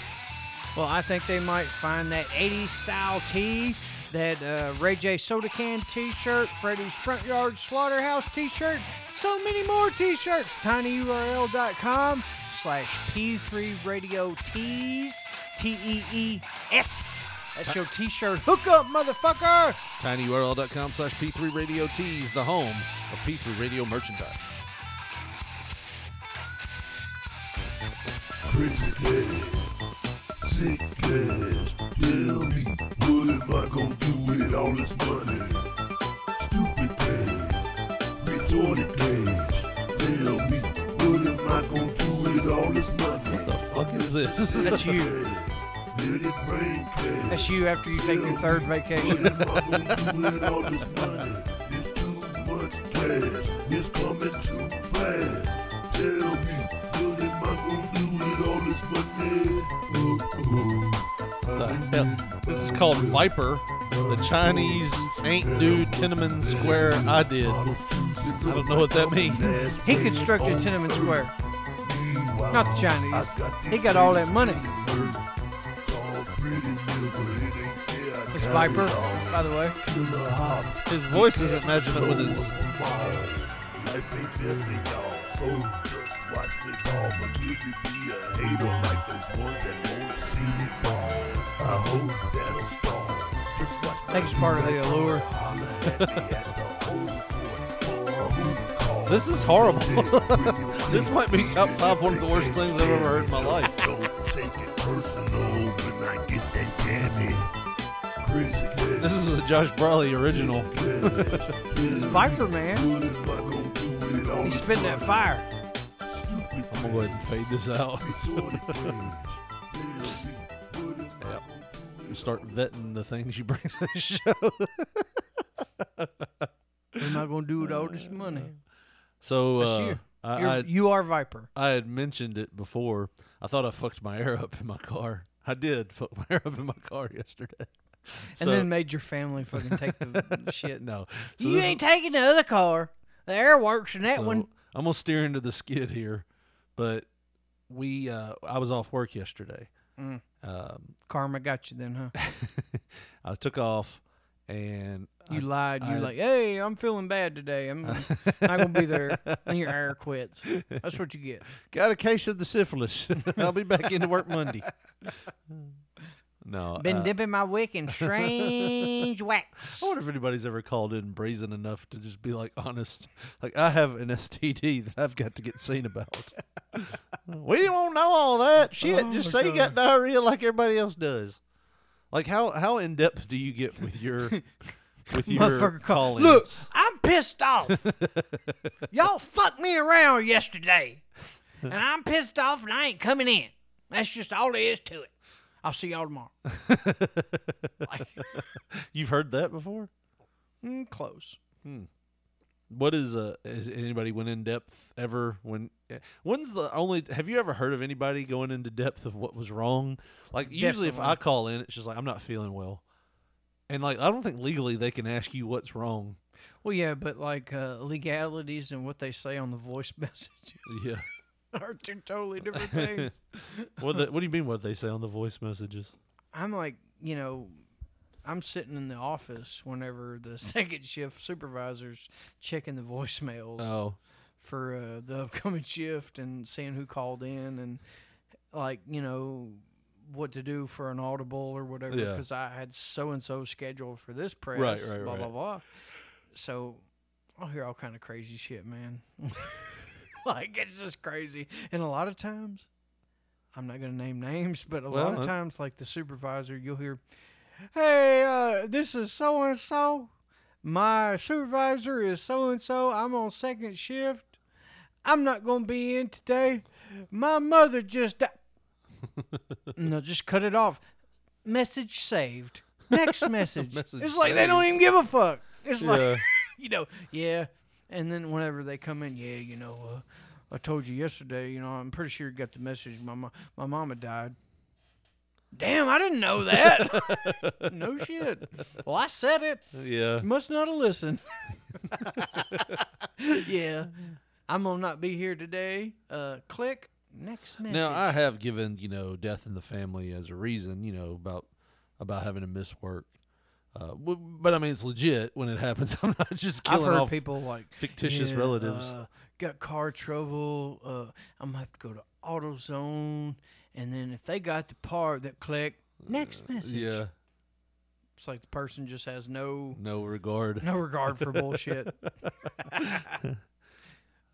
Well, I think they might find that 80s style tee, that uh, Ray J Soda Can t shirt, Freddy's Front Yard Slaughterhouse t shirt, so many more t shirts. tinyurl.com slash P3 Radio Tees, T E E S. That's your t shirt hookup, motherfucker. tinyurl.com slash p3 radio tees, the home of p3 radio merchandise. Crazy Daddy, sick cash. Tell me, what am I gonna do with all this money? Stupid cash, retarded cash. Tell me, what am I gonna do with all this money? What the fuck is this? That's you. Let it rain cash. That's you after you take your third vacation. What am I gonna do with all this money? It's too much cash. It's coming too fast. Tell me, what am I gonna do with all this money? What the hell? This is called Viper, the Chinese ain't do Tenement Square I did. I don't know what that means. He constructed Tenement Square. Not the Chinese. He got all that money. It's Viper, by the way. His voice isn't matching up with his. Life ain't fair to y'all, so just watch me ball. But will you be a hater like those ones that won't see me fall? I hope that'll stall. Just watch I think it's part of the allure. *laughs* This is horrible. *laughs* this might be top five one of the worst things I've ever heard in my life. personal when I get that candy. Crazy cash. This is a Josh Brawley original. It's Viper, man. He's spitting that fire. I'm gonna go ahead and fade this out. *laughs* yep. You start vetting the things you bring to the show. What am I going to do with all this money? *laughs* so That's uh, you. I, You're- I- you are Viper. I had mentioned it before. I thought I fucked my hair up in my car. I did fuck my hair up in my car yesterday. And then made your family fucking take *laughs* the shit. No, you ain't taking the other car. The air works in that So, one. I'm gonna steer into the skid here, but we uh, I was off work yesterday. Mm. Um, Karma got you then, huh? I took off and *laughs* You I- lied. You're I- like, hey, I'm feeling bad *laughs* today. I'm not gonna be there. And your air quits. That's what you get. got a case of the syphilis. *laughs* I'll be back into work Monday. *laughs* No, Been uh, dipping my wick in strange wax. *laughs* I wonder if anybody's ever called in brazen enough to just be like honest. Like I have an STD that I've got to get seen about. *laughs* we didn't want to know all that shit. Oh, just say you got diarrhea like everybody else does. Like how how in depth do you get with *laughs* your with your Motherfucker call Look, I'm pissed off. Y'all fucked me around yesterday, and I'm pissed off, and I ain't coming in. That's just all there is to it. I'll see y'all tomorrow. You've heard that before? Mm, close. Hmm. What is uh has anybody went in depth ever when eh, when's the only have you ever heard of anybody going into depth of what was wrong? Like usually if Definitely. *laughs* I call in it's just like I'm not feeling well. And like I don't think legally they can ask you what's wrong. Well, yeah, but like uh, legalities and what they say on the voice *laughs* messages Yeah. are two totally different things. what, the, what do you mean? What they say on the voice messages? I'm like, you know, I'm sitting in the office whenever the *laughs* second shift supervisors checking the voicemails Oh. for uh, the *laughs* upcoming shift and seeing who called in and like, you know, what to do for an audible or whatever Yeah. because I had so and so scheduled for this press, right, blah blah right. blah. So I'll hear all kind of crazy shit, man. *laughs* like it's just crazy, and a lot of times I'm not gonna name names, but a lot Well, uh-huh. of uh, times, like the supervisor, you'll hear, "Hey, uh, this is so and so. My supervisor is so and so. I'm on second shift. I'm not gonna be in today. My mother *laughs* just died." and they'll just cut it off. Message saved. *laughs* Next message. Message it's like they don't saved. even give a fuck. It's Yeah. like you know, yeah. And then whenever they come in, yeah, you know, uh, I told you yesterday, you know, I'm pretty sure you got the message. My mo- my mama died. Damn, I didn't *laughs* know that. no shit. Well, I said it. Yeah. You must not have *laughs* listened. *laughs* yeah. I'm gonna not be here today. Uh, click next message. Now I have given you know death in the family as a reason you know about about having to miss work, uh, w- but I mean it's legit when it *laughs* happens. I'm not just I've killing heard off people like fictitious "Yeah, relatives. uh, got car trouble. Uh, I'm gonna have to go to AutoZone, and then if they got the part that click next message, Uh, yeah, it's like the person just has no no regard, no regard for bullshit.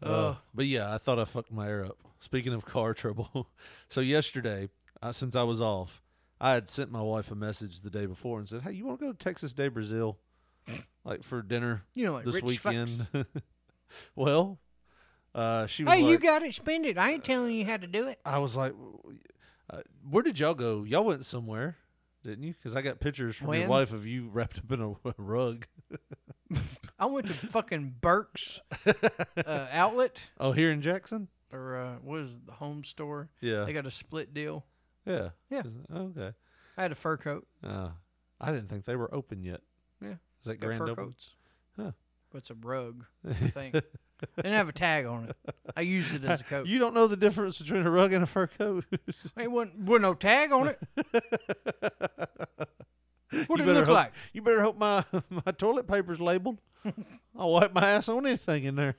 Uh, Ugh. but yeah, I thought I fucked my air up. Speaking of car *laughs* trouble, so yesterday, uh, since I was off, I had sent my wife a message the day before and said, "Hey, you want to go to Texas Day Brazil, like for dinner? You know, like this rich fucks. weekend." *laughs* well, uh, she was hey, like, you got it, spend it. I ain't telling you how to do it. I was like, uh, "Where did y'all go? Y'all went somewhere, didn't you?" Because I got pictures from your When? wife of you wrapped up in a *laughs* rug. I went to fucking *laughs* Burke's uh, outlet oh, here in Jackson. or uh, what is it, the home store? Yeah. they got a split deal. Yeah. Oh, Yeah. Okay. I had a fur coat. Uh, I didn't think they were open yet. Yeah. Is that Got grand fur open? coats. Huh. It's a *laughs* rug, I think. Didn't have a tag on it. I used it as a *laughs* coat. You don't know the difference between a rug and a fur coat. *laughs* It wasn't, wasn't no tag on it. You What did it better look hope- like? You better hope my *laughs* my toilet paper's *laughs* labeled. I'll wipe my ass on anything in there.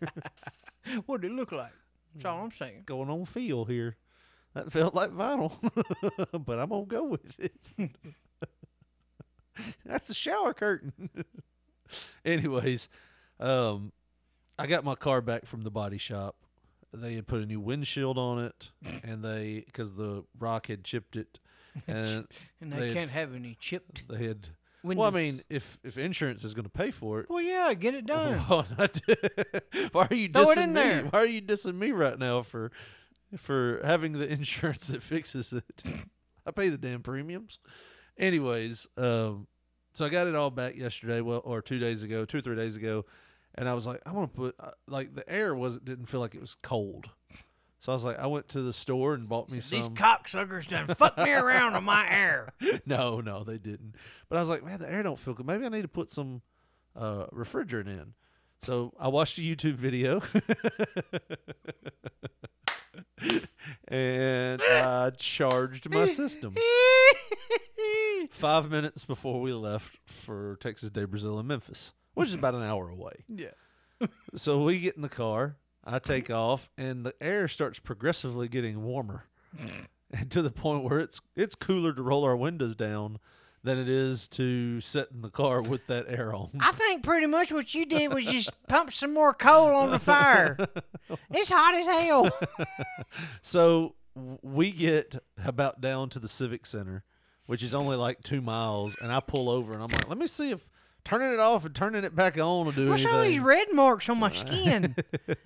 What did it look like? That's all I'm saying. Going on feel here. That felt like vinyl, *laughs* but I'm gonna go with it. *laughs* That's the shower curtain. *laughs* Anyways, um, I got my car back from the body shop. They had put a new windshield on it, and they because the rock had chipped it, and, And they had- can't have any *laughs* chipped. They had. Well, I windows. mean, if if insurance is going to pay for it, Well, yeah, get Oh, *laughs* it done. why not- why are you Throw dissing it in me? there. Why are you dissing me right now for for having the *laughs* insurance that fixes it? *laughs* I pay the damn premiums. Anyways, um, so I got it all back yesterday, well, or two days ago, two or three days ago, and I was like, I want to put uh, like the air was not didn't feel like it was cold, so I was like, I went to the store and bought me These some. cocksuckers done fuck me around on my air. *laughs* *laughs* no, no, they didn't. But I was like, man, the air don't feel good. Maybe I need to put some uh, refrigerant in. So I watched a YouTube video, *laughs* and I charged my system five minutes before we left for Texas Day Brazil in Memphis, which is about an hour away. *laughs* Yeah. so we get in the car, I take off, and the air starts progressively getting warmer. and to the point where it's it's cooler to roll our windows down than it is to sit in the car with that air *laughs* on. I think pretty much what you did was *laughs* just pump some more coal on the fire. It's hot as hell. so w- we get about down to the civic center, which is only like two miles, and I pull over and I'm like, let me see if turning it off and turning it back on will do What's all these anything. red marks on *laughs* my skin?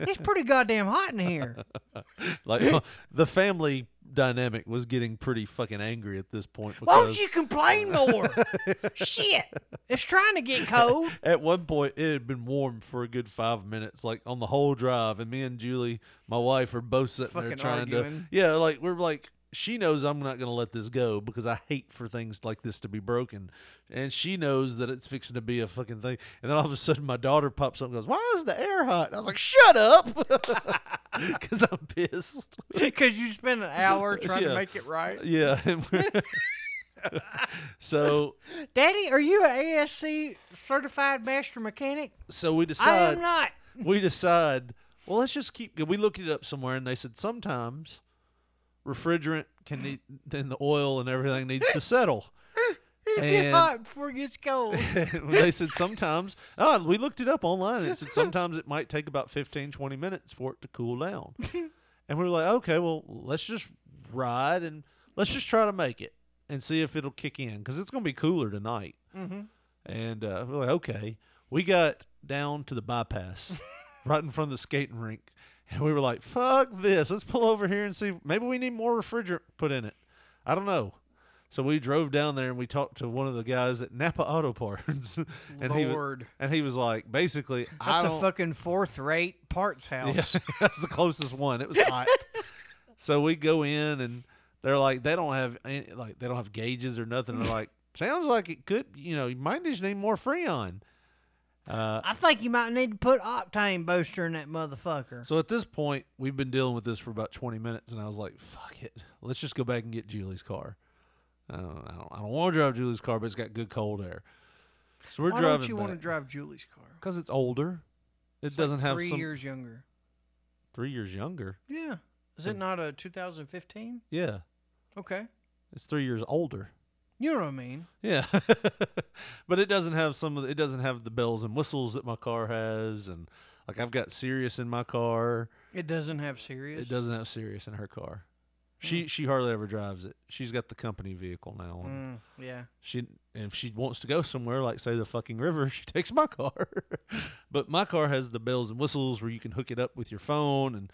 It's pretty goddamn hot in here. *laughs* like uh, the family dynamic was getting pretty fucking angry at this point. Why because- don't you complain more? Shit. It's trying to get cold. *laughs* At one point, it had been warm for a good five minutes, like on the whole drive. And me and Julie, my wife, are both sitting there Fucking trying arguing. to, yeah, like we're like, she knows I'm not going to let this go because I hate for things like this to be broken, and she knows that it's fixing to be a fucking thing. And then all of a sudden, my daughter pops up and goes, "Why is the air hot?" And I was like, "Shut up," *laughs* because I'm *laughs* pissed. Because you spent an hour trying to make it right. Yeah. and we're- *laughs* so Daddy, are you an ASC certified master mechanic? so we decide. I am not. We decide. Well, let's just keep. We looked it up somewhere, and they said sometimes refrigerant can need, then the oil and everything needs to *laughs* settle. It'll get And- hot before it *laughs* gets cold. they said sometimes oh we looked it up online and it *laughs* said sometimes it might take about 15 20 minutes for it to cool down and we were like okay well let's just ride and let's just try to make it and see if it'll kick in because it's going to be cooler tonight Mm-hmm. Mhm. and uh, we're like okay we got down to the *laughs* bypass right in front of the skating rink and we were like fuck this let's pull over here and see maybe we need more refrigerant put in it i don't know so we drove down there and we talked to one of the guys at Napa Auto Parts, *laughs* and he was, Lord. and he was like, basically, I That's a don't. fucking fourth rate parts Yeah, *laughs* house. *laughs* that's the closest one. It was hot. so we go in and they're like, they don't have any, like they don't have gauges or nothing. They're *laughs* like, sounds like it could, you know, you might just need more freon. Uh, I think you might need to put octane booster in that motherfucker. So at this point, we've been dealing with this for about 20 minutes, and I was like, fuck it. Let's just go back and get Julie's car. I don't, I don't, I don't want to drive Julie's car, but it's got good cold air. So we're Why driving. don't you want to drive Julie's car? Because it's older. It It's like doesn't have three some- years younger. Three years younger? Yeah. Is Mm. it not a 2015? Yeah. Okay. It's three years older. You know what I mean? Yeah. *laughs* but it doesn't have some of the, it doesn't have the bells and whistles that my car has and like I've got Sirius in my car. It doesn't have serious. It doesn't have Sirius in her car. She she hardly ever drives it. She's got the company vehicle now. and Mm, yeah. She and if she wants to go somewhere like say the fucking river, *laughs* she takes my car. but my car has the bells and whistles where you can hook it up with your phone and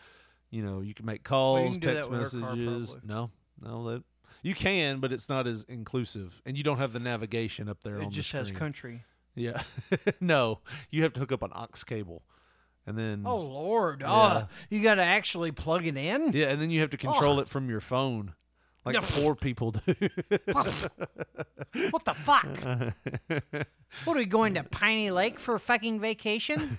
you know, you can make calls, you can do that text with her car, messages. No. No, that you can, but it's not as inclusive and you don't have the navigation up there It on the just has screen. country. Yeah. *laughs* no. You have to hook up an aux cable. And then Oh, Lord. Mm. Yeah. Oh, you got to actually plug it in? Yeah, and then you have to control it from your phone, like Yeah. poor people do. *laughs* What the fuck? what are we going to Piney Lake for a *laughs* fucking vacation?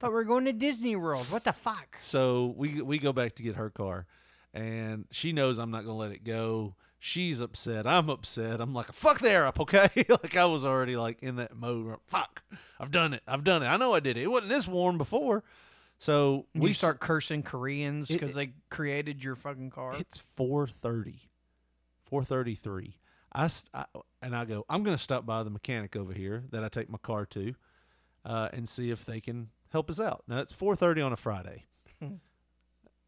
Thought we were going to Disney World. What the fuck? so we we go back to get her car, and she knows I'm not gonna let it go. She's upset. I'm upset. I'm like, fuck the air up, *laughs* okay? like I was already like in that mode. where, Fuck, I've done it. I've done it. I know I did it. It wasn't this warm before. So You we s- start cursing Koreans It- because they created your fucking car. It's four thirty, four thirty-three. I, s- I- and I go. I'm going to stop by the mechanic over here that I take my car to, uh, and see if they can help us out. Now it's four thirty on a Friday.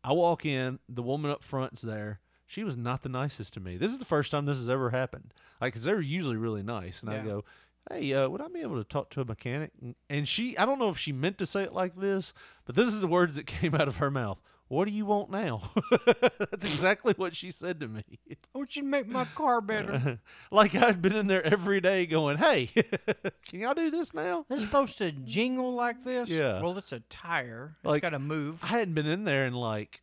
I walk in. The woman up front's there. She was not the nicest to me. This is the first time this has ever happened. Like, they they're usually really nice, and I Yeah. go, "Hey, uh, would I be able to talk to a mechanic?" And- And she—I don't know if she meant to say it like this, but this is the words that *laughs* came out of her mouth. What do you want now? *laughs* That's exactly what she said to me. *laughs* I want you to "Oh, make my car better. like I'd been in there every day going, "Hey, *laughs* can y'all do this now?" It's supposed to jingle like this. Yeah. Well, it's a tire. It's like, got to move. I hadn't been in there in like,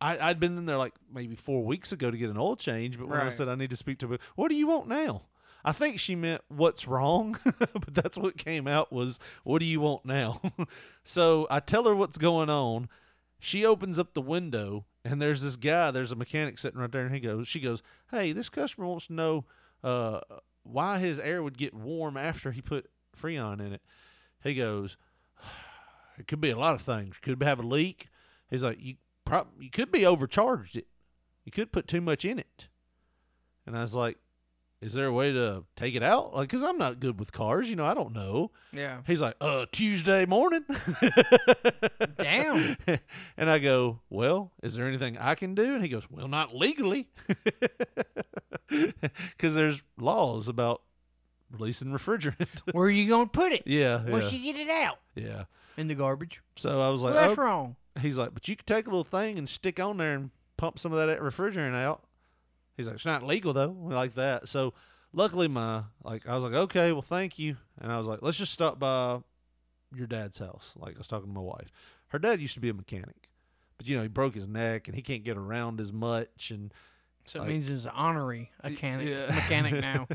I, I'd been in there like maybe four weeks ago to get an oil change, but when I Right. said I need to speak to, what do you want now? I think she meant what's wrong, *laughs* but that's what came out was what do you want now? *laughs* so I tell her what's going on. She opens up the window and there's this guy, there's a mechanic sitting right there, and he goes, she goes, hey, this customer wants to know uh, why his air would get warm after he put Freon in it. He goes, *sighs* it could be a lot of things. You could have a leak. He's like, you prob- you could be overcharged it. You could put too much in it. And I was like, is there a way to take it out? Like, cause I'm not good with cars. You know, I don't know. *laughs* Yeah. He's like, uh, Tuesday morning. *laughs* Damn. and I go, well, is there anything I can do? And he goes, well, not legally. *laughs* Cause there's laws about releasing refrigerant. *laughs* Where are you going to put it? Yeah. Once yeah. you get it out. Yeah. In the garbage. So I was like, Well, that's "Oh." wrong. He's like, but you could take a little thing and stick on there and pump some of that refrigerant out. He's like, it's not legal though, like that. So luckily, my like, I was like, okay, well, thank you. And I was like, let's just stop by your dad's house. Like I was talking to my wife. Her dad used to be a mechanic, But you know, he broke his neck and he can't get around as much. And So it means he's an honorary mechanic, *laughs* mechanic now.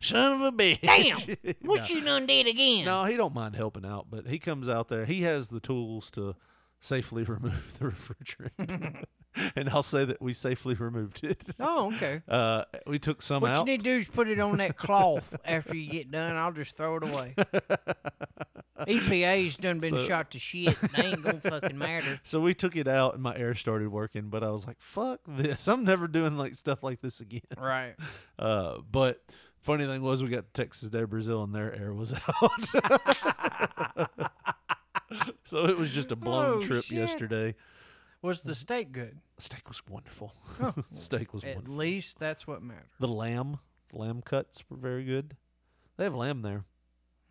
Son of a bitch! *laughs* Damn! What No. you done did again? No, he don't mind helping out, but he comes out there. He has the tools to safely *laughs* remove the *laughs* refrigerant. and I'll say that we safely removed it. Oh, okay. Uh, we took some what out. you need to do is put it on that cloth after you get done. I'll just throw *laughs* it away. EPA's done been So- shot to shit. They ain't gonna fucking matter. So we took it out and my air started working, but I was like, fuck this. I'm never doing like stuff like this again. *laughs* Right. Uh, but funny thing was we got to Texas Day Brazil and their air was *laughs* *laughs* out. so it was just a blown Oh, trip shit. yesterday. Was Mm-hmm. the steak good? Steak was wonderful. Oh, *laughs* Steak was At wonderful. least that's what matters. The lamb, lamb cuts were very good. They have lamb there.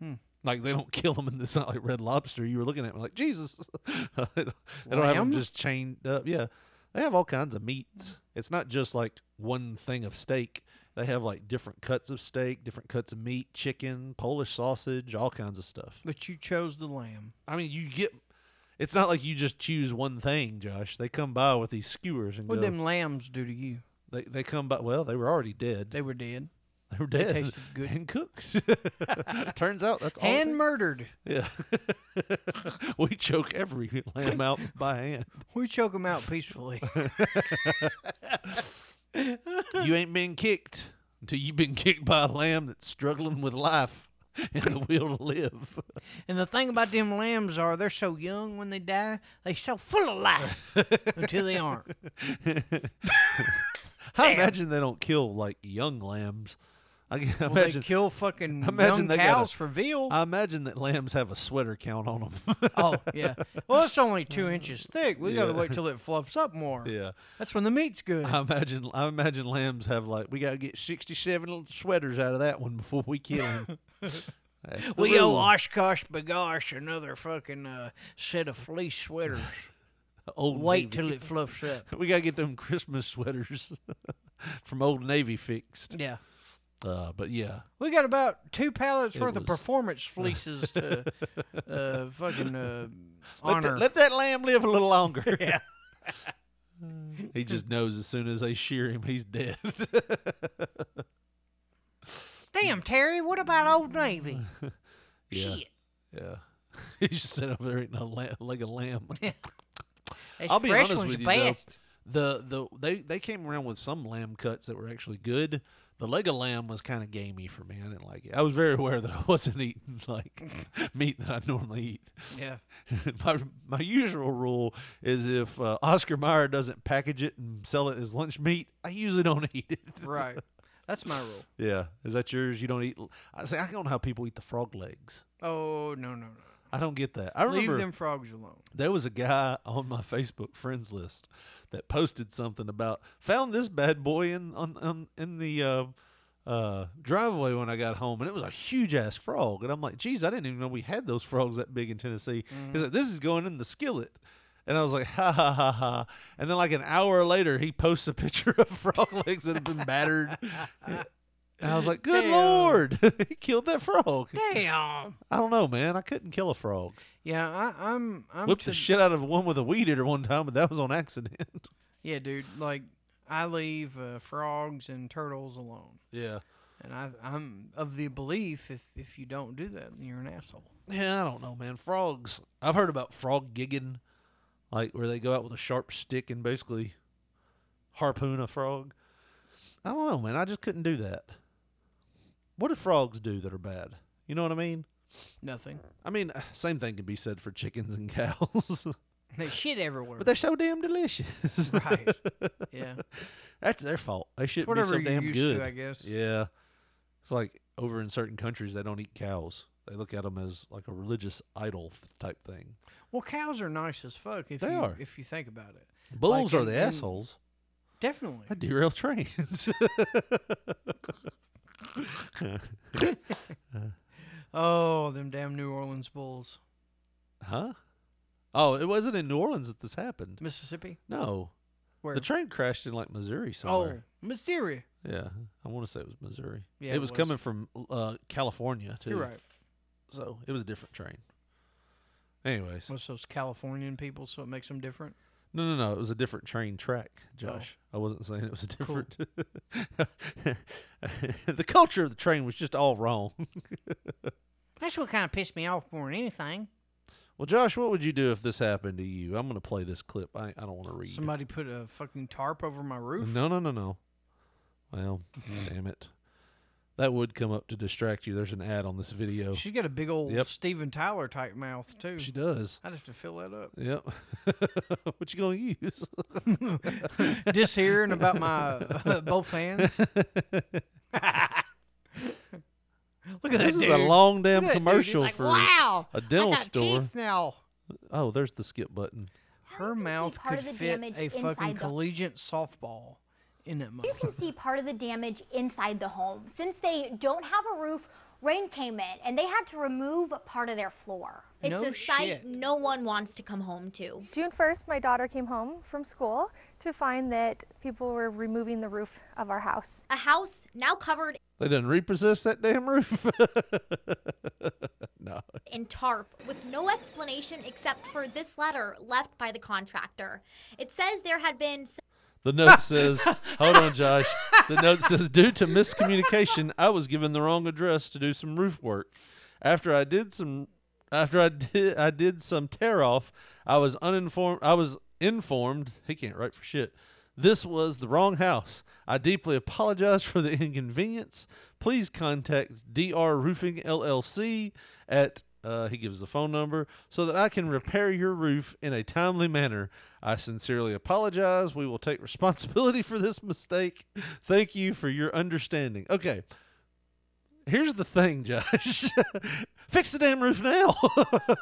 Hmm. Like they don't *laughs* kill them, and it's not like Red Lobster. You were looking at me like Jesus. *laughs* they don't they don't have them Lamb? just chained up. Yeah, they have all kinds of meats. It's not just like one thing of steak. They have like different cuts of steak, different cuts of meat, chicken, Polish sausage, all kinds of stuff. But you chose the lamb. I mean, you get. It's not like you just choose one thing, Josh. They come by with these skewers and What go, them lambs do to you? They they come by. Well, they were already dead. They were dead. They were They dead. tasted good. And cooked. *laughs* Turns out that's all it Hand takes. murdered. Yeah. *laughs* we choke every lamb out by hand. We choke them out *laughs* peacefully. You ain't been kicked until you've been kicked by a lamb that's struggling with life and the will to *laughs* live. And the thing about them lambs are they're so young when they die, they so full *laughs* of life until they aren't. I imagine they don't kill like young lambs. *laughs* I can Well, imagine they kill fucking I imagine young they got a- cows for veal. I imagine that lambs have a sweater count on them. *laughs* oh yeah. Well, it's only two inches thick. We gotta Yeah. wait till it fluffs up more. Yeah. Uh, That's when the meat's good. I imagine I imagine lambs have like we gotta get sixty seven sweaters out of that one before we kill *laughs* him. That's the we owe rule. Oshkosh Bagosh another fucking uh, set of fleece *laughs* sweaters. Old wait Navy. till it *laughs* fluffs up. we gotta get them Christmas sweaters *laughs* from Old Navy fixed. Yeah. Uh, but yeah, We got about two pallets It worth was- *laughs* of performance fleeces to uh, fucking uh, let, honor. that let that lamb live a little longer. *laughs* Yeah. *laughs* he just knows as soon as they shear him, he's dead. *laughs* Damn, Terry, what about Old Navy? yeah. Shit. Yeah. *laughs* He's just sitting over there eating a la- leg of *laughs* lamb. Those I'll be fresh honest ones with are you, best. though, the the they they came around with some lamb cuts that were actually good. The leg of lamb was kind of gamey for me. I didn't like it. I was very *laughs* aware that I wasn't eating like *laughs* meat that I normally eat. Yeah. *laughs* my my usual rule is if uh, Oscar Mayer doesn't package it and sell it as lunch meat, I usually don't *laughs* eat it. Right. That's my rule. yeah, is that yours? You don't eat? I say I don't know how people eat the frog legs. Oh no no no! I don't get that. I remember Leave them frogs alone. there was a guy on my Facebook friends list that posted something about found this bad boy in on, on in the uh, uh, driveway when I got home, and it was a huge ass frog, and I'm like, geez, I didn't even know we had those frogs that big in Tennessee. He's like, this is going in the skillet. And I was like, ha ha ha ha. And then, like an hour later, he posts a picture of *laughs* frog legs that have been battered. And I was like, good Damn. lord, *laughs* he killed that frog. Damn. I don't know, man. I couldn't kill a frog. Yeah, I, I'm. I'm Whipped to- the shit out of one with a weed eater one time, but that was on accident. *laughs* Yeah, dude. Like, I leave uh, frogs and turtles alone, Yeah. and I, I'm of the belief if if you don't do that, then you're an asshole. Yeah, I don't know, man. Frogs. I've heard about frog gigging, like where they go out with a sharp stick and basically harpoon a frog. I don't know, man. I just couldn't do that. What do frogs do that are bad? You know what I mean? Nothing. *laughs* I mean, *sighs* same thing can be said for chickens and cows, *laughs* They shit everywhere. but they're so damn delicious. *laughs* Right. *laughs* Yeah. That's their fault. They shouldn't Whatever be you're so damn used to, good. I guess. Yeah. It's like over in certain countries they don't eat cows. They look at them as like a religious idol th- type thing. well, cows are nice as fuck if They you are. if you think about it. Like, Bulls are and- the and- assholes. Definitely. I derail *laughs* trains. Oh, them damn New Orleans bulls. huh? Oh, it wasn't in New Orleans that this happened. Mississippi? No. Where? The train crashed in like Missouri somewhere. Oh, Mysteria. Yeah. I want to say it was Missouri. Yeah, It it was, was. coming from uh, California, too. You're right. So it was a different train. Anyways. Most of those Californian people, so it makes them different. No, no, no. It was a different train track, Oh. Josh. I wasn't saying it was a different. *laughs* the culture of the train was just all wrong. *laughs* That's what kind of pissed me off more than anything. well, Josh, what would you do if this happened to you? I'm going to play this clip. I, I don't want to read. Somebody put a fucking tarp over my roof. Mm-hmm. No, no, no, no. Well, damn it. That would come up to distract you. There's an ad on this video. She got a big old Yep. Steven Tyler type mouth too. She does. I'd have to fill that up. Yep. *laughs* what you going to use? *laughs* Just here and about my uh, *laughs* both hands. *laughs* Look at this is that a dude. long damn Look at that dude. He's commercial like, for "Wow, I a dental got store. teeth now." Oh, there's the skip button. Her mouth part could of the fit damage a inside fucking the- collegiate softball in that You mouth. can see part of the damage inside the home. Since they don't have a roof, rain came in and they had to remove part of their floor. It's No a sight shit. no one wants to come home to. June 1st, my daughter came home from school to find that people were removing the roof of our house. A house now covered They done repossessed that damn roof. *laughs* no. in tarp with no explanation except for this letter left by the contractor. It says there had been s- The note says, hold on, Josh. The note says, due to miscommunication, I was given the wrong address to do some roof work. After I did some, after I did, I did some tear off. I was uninformed. I was informed. He can't write for shit. This was the wrong house. I deeply apologize for the inconvenience. Please contact DR Roofing LLC at uh, he gives the phone number so that I can repair your roof in a timely manner. I sincerely apologize. We will take *laughs* responsibility for this mistake. Thank you for your understanding. Okay. Here's the thing, Josh. *laughs* Fix the damn roof now.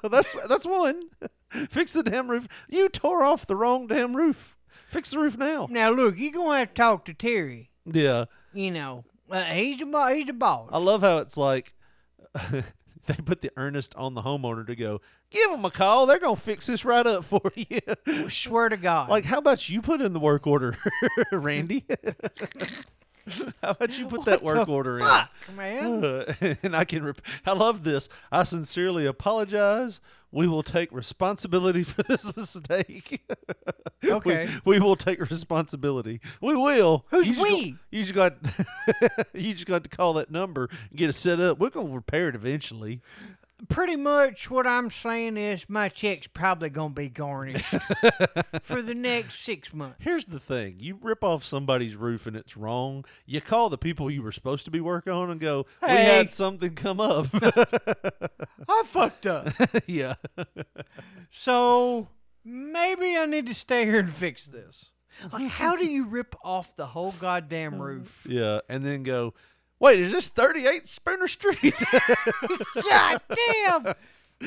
*laughs* that's that's one. *laughs* Fix the damn roof. You tore off the wrong damn roof. Fix the roof now. Now look, you gonna have to talk to Terry. Yeah. You know, uh, he's the bo- he's the boss. I love how it's like *laughs* they put the earnest on the homeowner to go, give them a call. They're going to fix this right up for *laughs* you. swear to God. Like, how about you put in the work order, *laughs* Randy? *laughs* how about you put that What work the order fuck, in? man? Uh, *laughs* and I can, rep- I love this. I sincerely apologize. We will take responsibility *laughs* for this mistake. *laughs* We- Okay. we, will take responsibility. We will. Who's You just we? go- you just got *laughs* you just got to call that number and get it set up. We're gonna repair it eventually. Pretty much what I'm saying is my check's probably gonna be *laughs* garnished for the next six months. Here's the thing: you rip off somebody's roof and it's wrong. You call the people you were supposed to be working on and go, "We Hey. had something come *laughs* up." *laughs* I fucked up. yeah. So maybe I need to stay here and fix this. Like, how do you rip off the whole goddamn roof? *laughs* Yeah, and then go. Wait, is this 38 Spooner Street? *laughs* God damn!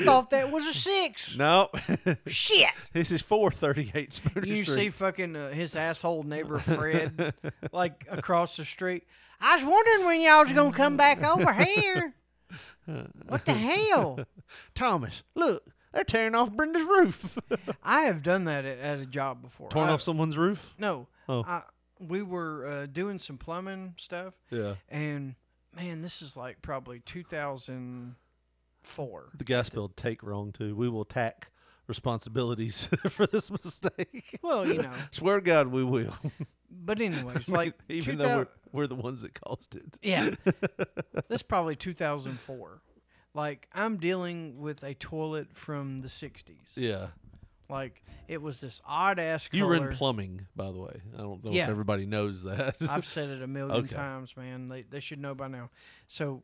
Thought that was a *laughs* six. no. *laughs* Shit. This is 438 Spooner You Street. see, fucking uh, his asshole neighbor Fred, like across the street. I was wondering when y'all was gonna come back over *laughs* here. What the hell? Thomas, look, they're tearing off Brenda's roof. I have done that at, at a job *laughs* before. Torn I- off someone's roof? No. Oh. I, we were uh, doing some plumbing stuff. Yeah. And man, this is like probably 2004. The guy spelled take wrong too. We will tack responsibilities *laughs* for this mistake. Well, you know. *laughs* Swear to God, we will. But *laughs* anyways, like even though we're, we're the ones that caused it. *laughs* Yeah. That's probably 2004. Like I'm dealing with a toilet from the 60s. yeah. Like it was this odd ass color. You were in plumbing, by the way. I don't know Yeah. if everybody knows that. *laughs* I've said it a million Okay. times, man. They they should know by now. So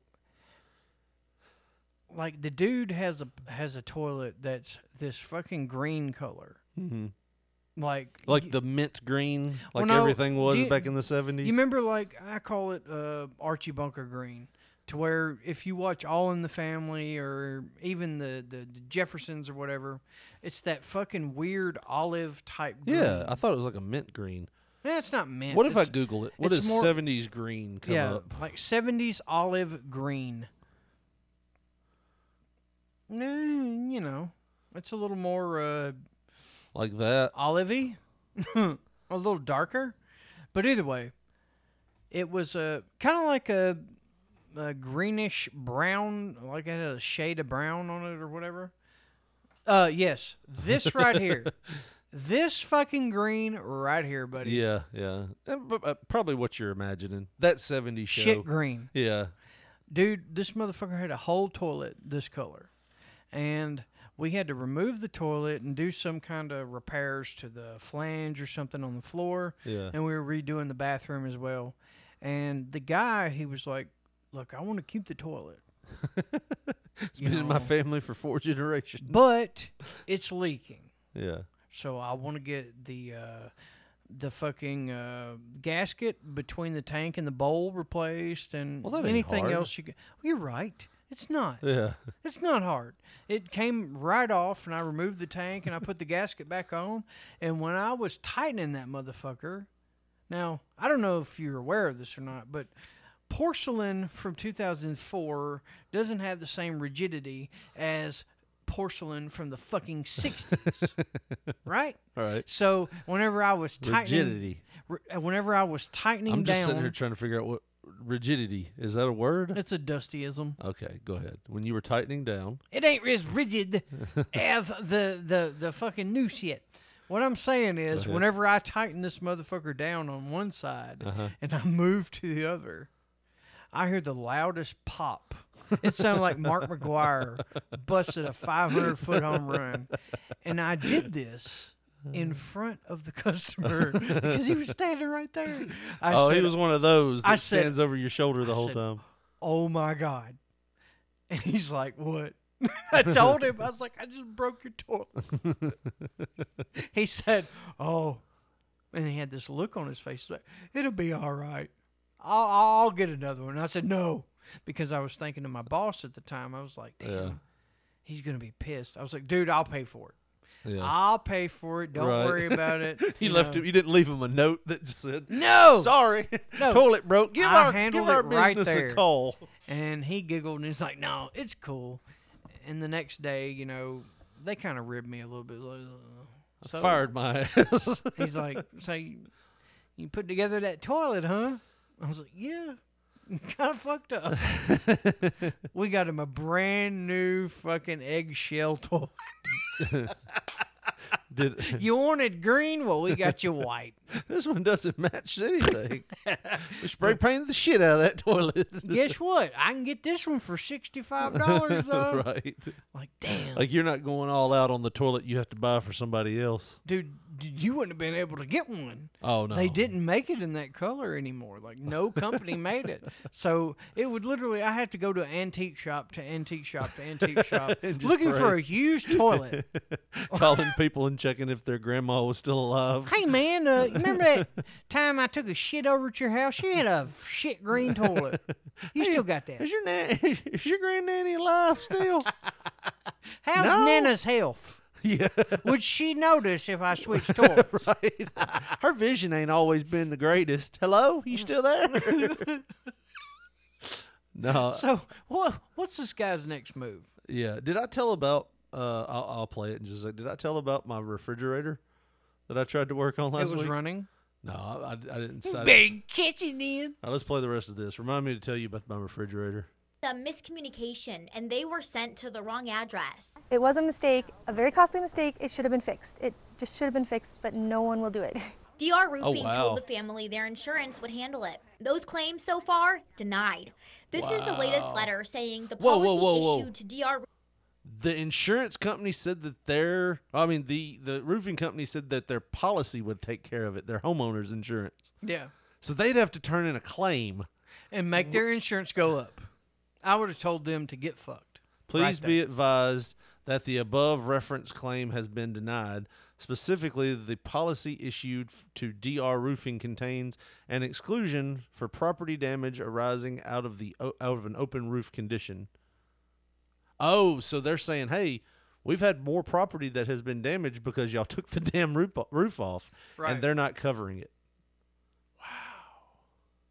like the dude has a has a toilet that's this fucking green color. Mhm. Like Like the mint green, Well, like no, everything was do you- back in the 70s. You remember, like I call it uh, Archie Bunker Green, to where if you watch All in the Family or even the the Jeffersons or whatever, it's that fucking weird olive type. Green. yeah, I thought it was like a mint green. Eh, it's not mint. What if I It's- Google it? What it's does more- 70s green come yeah, up? like seventies olive green. Mm, you know, it's a little more uh, Like that. olivey, *laughs* a little darker. But either way, it was a kind of like a, a greenish brown, like it *laughs* had a shade of brown on it or whatever. Uh, yes, this right here, This fucking green right here, buddy. Yeah, yeah. Uh, b- uh, Probably what you're imagining. That 70s show. Shit green. Yeah. Dude, this motherfucker had a whole toilet this color. And we had to remove the toilet and do some kind of repairs to the flange or something on the floor. Yeah. And we were redoing the bathroom as well. And the guy, he was like, Look, I want to keep the toilet. It's been in my family for four *laughs* generations. But it's leaking. Yeah. So I want to get the uh, the fucking uh, gasket between the tank and the bowl replaced, and Well, that ain't anything hard. else you get. Well, you're right. It's not. Yeah. It's not hard. It came right off, and I removed the tank and I put the gasket back on. And when I was tightening that motherfucker, now I don't know if you're aware of this or not, but porcelain from 2004 doesn't have the same rigidity as porcelain from the *laughs* fucking 60s, right? All right. So whenever I was tightening, Rigidity. r- uh, whenever I was tightening I'm just sitting down, here trying to figure out what rigidity is that a word? it's a dustyism. Okay, go ahead. When you were tightening down, It ain't as *laughs* rigid as the the the fucking new shit. What I'm saying is, ahead. whenever I tighten this motherfucker down on one side Uh-huh. and I move to the other, I hear the loudest pop. It sounded like Mark *laughs* McGuire busted a 500 foot home run, and I did this in Uh-huh. front of *laughs* the customer because he was standing right there. I oh, he said, was one of those that I said- stands over your shoulder the I whole said, time. "Oh my god!" And he's like, "What?" *laughs* I told him. I was like, "I just broke your *laughs* toilet." he said, "Oh," and he had this look on his face. he's Like, It'll be all right. I'll, I'll get another one. I said, "No," because I was thinking to my boss at the time. I was like, "Damn, Yeah. he's gonna be pissed." I was like, "Dude, I'll pay for it." Yeah. I'll pay for it. "Ah, Don't Right. *laughs* worry about it. you you left know. him. You didn't leave him a note that just said No. sorry, No. toilet broke. Give our I give handled our it right business there. a call." And he giggled and he's like, "No, it's cool." And the next day, you know, they kind of ribbed me a little bit. like, uh, so- Fired my ass. *laughs* he's like, "So you, you put together that toilet, huh?" I was like, "Yeah." *laughs* Kind of *laughs* fucked up. we got him a brand new fucking eggshell toilet. Did You wanted green? Well, we got *laughs* you white. this one doesn't match *laughs* anything? we spray painted the shit out of that toilet. *laughs* Guess what? I can get this one for sixty-five dollars though. *laughs* right. Like damn, Like you're not going all out on the toilet you have to buy for somebody else. dude, dude, you wouldn't have been able to get one. Oh no. They didn't make it in that color anymore. *laughs* Like no company made it. So it would literally I had to go to antique shop to antique shop *laughs* to antique shop And just looking for pray. a used toilet. *laughs* *laughs* Calling people and checking if their grandma was still alive. hey man, uh, you remember that time I took a shit over at your house? You had a shit green toilet. You still got that. Is your nan- *laughs* is your granddaddy alive *laughs* still? How's No. Nana's health? *laughs* yeah. Would she *laughs* notice if I switched toilets? right. Her vision ain't always been the greatest. Hello, you still there? *laughs* no. uh, So what what's this guy's next move? yeah. Did I tell about? Uh, I'll, I'll play it and just say. Did I tell about my refrigerator that I tried to work on last it was week? running. No, I, I, I didn't. I didn't- Big kitchen in. All right, let's play the rest of this. Remind me to tell you about my refrigerator. The miscommunication, and they were sent to the wrong address. It was a mistake, a very costly mistake. It should have been fixed. It just should have been fixed, but no one will do it. *laughs* Oh, DR Roofing wow. told the family their insurance would handle it. Those claims so far denied. This is the latest Wow. letter saying the Whoa, policy whoa, whoa, whoa. issued to DR The insurance company said that their, I mean, the the roofing company said that their policy would take care of it, their homeowners insurance. Yeah. So they'd have to turn in a claim. and make their insurance go up. I would have told them to get fucked. Please Right be advised that the above reference claim has been denied. Specifically, the policy issued f- to DR Roofing contains an exclusion for property damage arising out of the o- out of an open roof condition. Oh, so they're saying, "Hey, we've had more property that has been damaged because y'all *laughs* took the damn roof o- roof off, Right. and they're not covering it."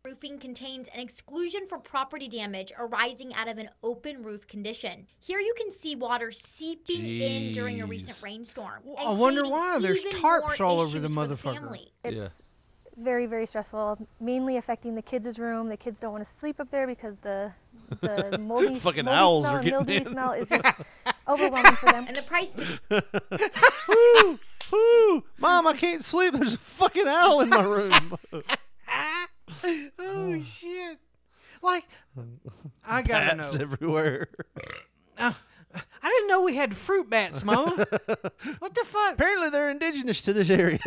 Roofing contains an exclusion for property damage arising out of an open roof condition. Here you can see water seeping in during a recent Jeez. rainstorm. I wonder why there's tarps all over the motherfucker. motherfucker. It's very, very stressful, mainly affecting the kids' room. The kids don't want to sleep up there because the *laughs* the moldy, Fucking moldy owls smell are *laughs* getting and mildewy in. *clears throat* smell is just overwhelming for them. And the price to Woo! Mom, I can't sleep. There's a fucking owl in my room. oh shit! Like I *laughs* gotta Bats know. everywhere. I didn't know we had fruit *laughs* bats, Mama. what the fuck? Apparently, they're indigenous to this *laughs* area,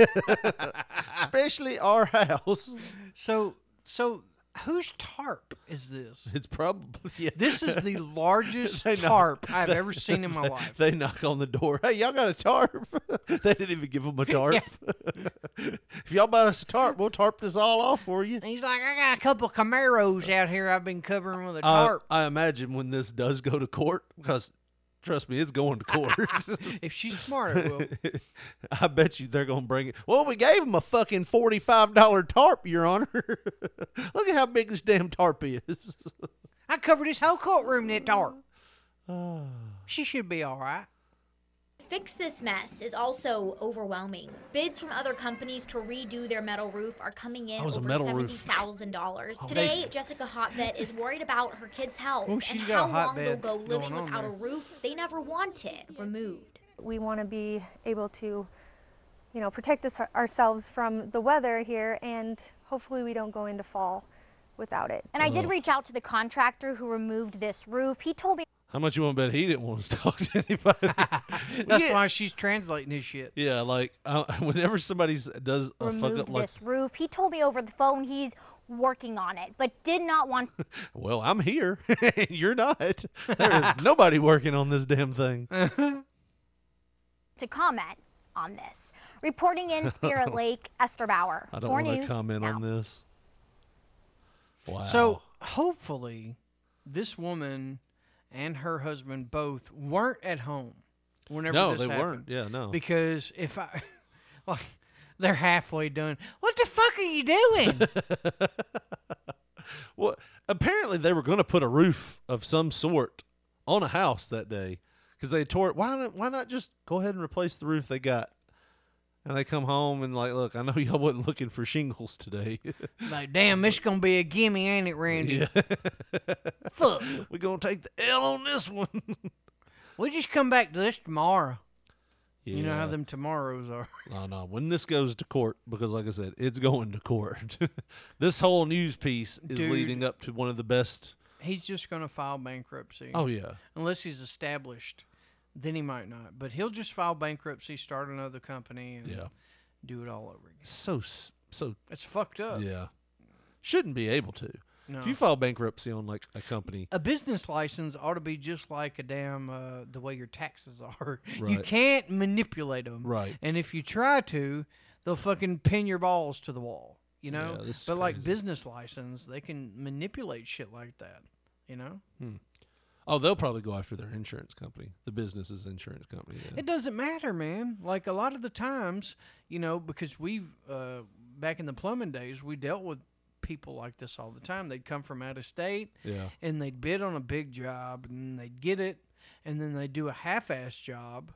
especially our house. So, so whose tarp is this? It's probably *laughs* yeah. This is the *laughs* largest They knock- tarp I've they- ever *laughs* seen in my they- life. They knock on the door. Hey, y'all got a tarp? *laughs* they didn't even give them a *laughs* tarp. *laughs* if y'all buy us a tarp, we'll tarp this all off for you. He's like, I got a couple Camaros out here. I've been covering with a I- tarp. I, imagine when this does go to court, because trust me, it's going to *laughs* court. *laughs* if she's smart, it will. I bet you they're going to bring it. Well, we gave him a fucking forty-five dollar tarp, Your Honor. *laughs* Look at how big this damn tarp is. *laughs* I covered his whole courtroom in that tarp. *sighs* she should be all right. Fix this mess is also overwhelming. Bids from other companies to redo their metal roof are coming in That was a over metal seventy roof. thousand dollars. Oh, Today, they- Jessica Hotbed is worried about her kids' health Oh, and she's got how a hot long they'll bed go going living on without a there. roof they never wanted removed. we want to be able to, you know, protect us, ourselves from the weather here, and hopefully we don't go into fall without it. And I Oh. did reach out to the contractor who removed this roof. He told me How much you want to bet he didn't want us to *laughs* talk to *laughs* anybody? That's why she's translating this shit. *laughs* Yeah, like uh, whenever somebody s- does a Oh, fuck up, removed like, this roof. He told me over the phone he's working on it, but did not *laughs* want well, I'm here, *laughs* and you're not. *laughs* There is nobody working on this damn thing. to comment on this. Reporting in *laughs* Spirit Lake, Esther Bauer. I don't Four want to News. comment on this. Wow. So hopefully, this woman and her husband both weren't at home whenever No, this they happened. weren't. Yeah, no. Because if I, *laughs* like, they're halfway done. What the fuck are you doing? *laughs* well, apparently they were going to put a roof of some sort on a house that day because they tore it. Why not? Why not just go ahead and replace the roof they got? And they come home and like, look, I know *laughs* y'all wasn't looking for shingles today. *laughs* like, damn, this gonna be a gimme, ain't it, Randy? *laughs* Fuck. We're gonna take the L on this one. *laughs* we just come back to this tomorrow. You know Yeah. how them tomorrows are. *laughs* No, no. When this goes to court, because like I said, it's going to court. *laughs* this whole news piece is Dude. leading up to one of the best. He's just gonna file bankruptcy. Oh, yeah. Unless he's established, then he might not. But he'll just file bankruptcy, start another company, and Yeah. do it all over again. So s- so. It's fucked up. Yeah. Shouldn't be able to. No. If you file bankruptcy on like a company, A business license ought to be just like a damn uh, the way your taxes *laughs* are. You Right. can't manipulate them. Right. And if you try to, they'll fucking pin your balls to the wall. You know. Yeah, this is but like crazy. business license, they can manipulate shit like that. You know. hmm. oh, they'll probably go after their insurance company, the business's insurance company. yeah. It doesn't matter, man. Like a lot of the times, you know, because we've uh, back in the plumbing days, we dealt with people like this all the time. They'd come from out of state, Yeah. and they'd bid on a big job and they'd get it, and then they'd do a half-ass job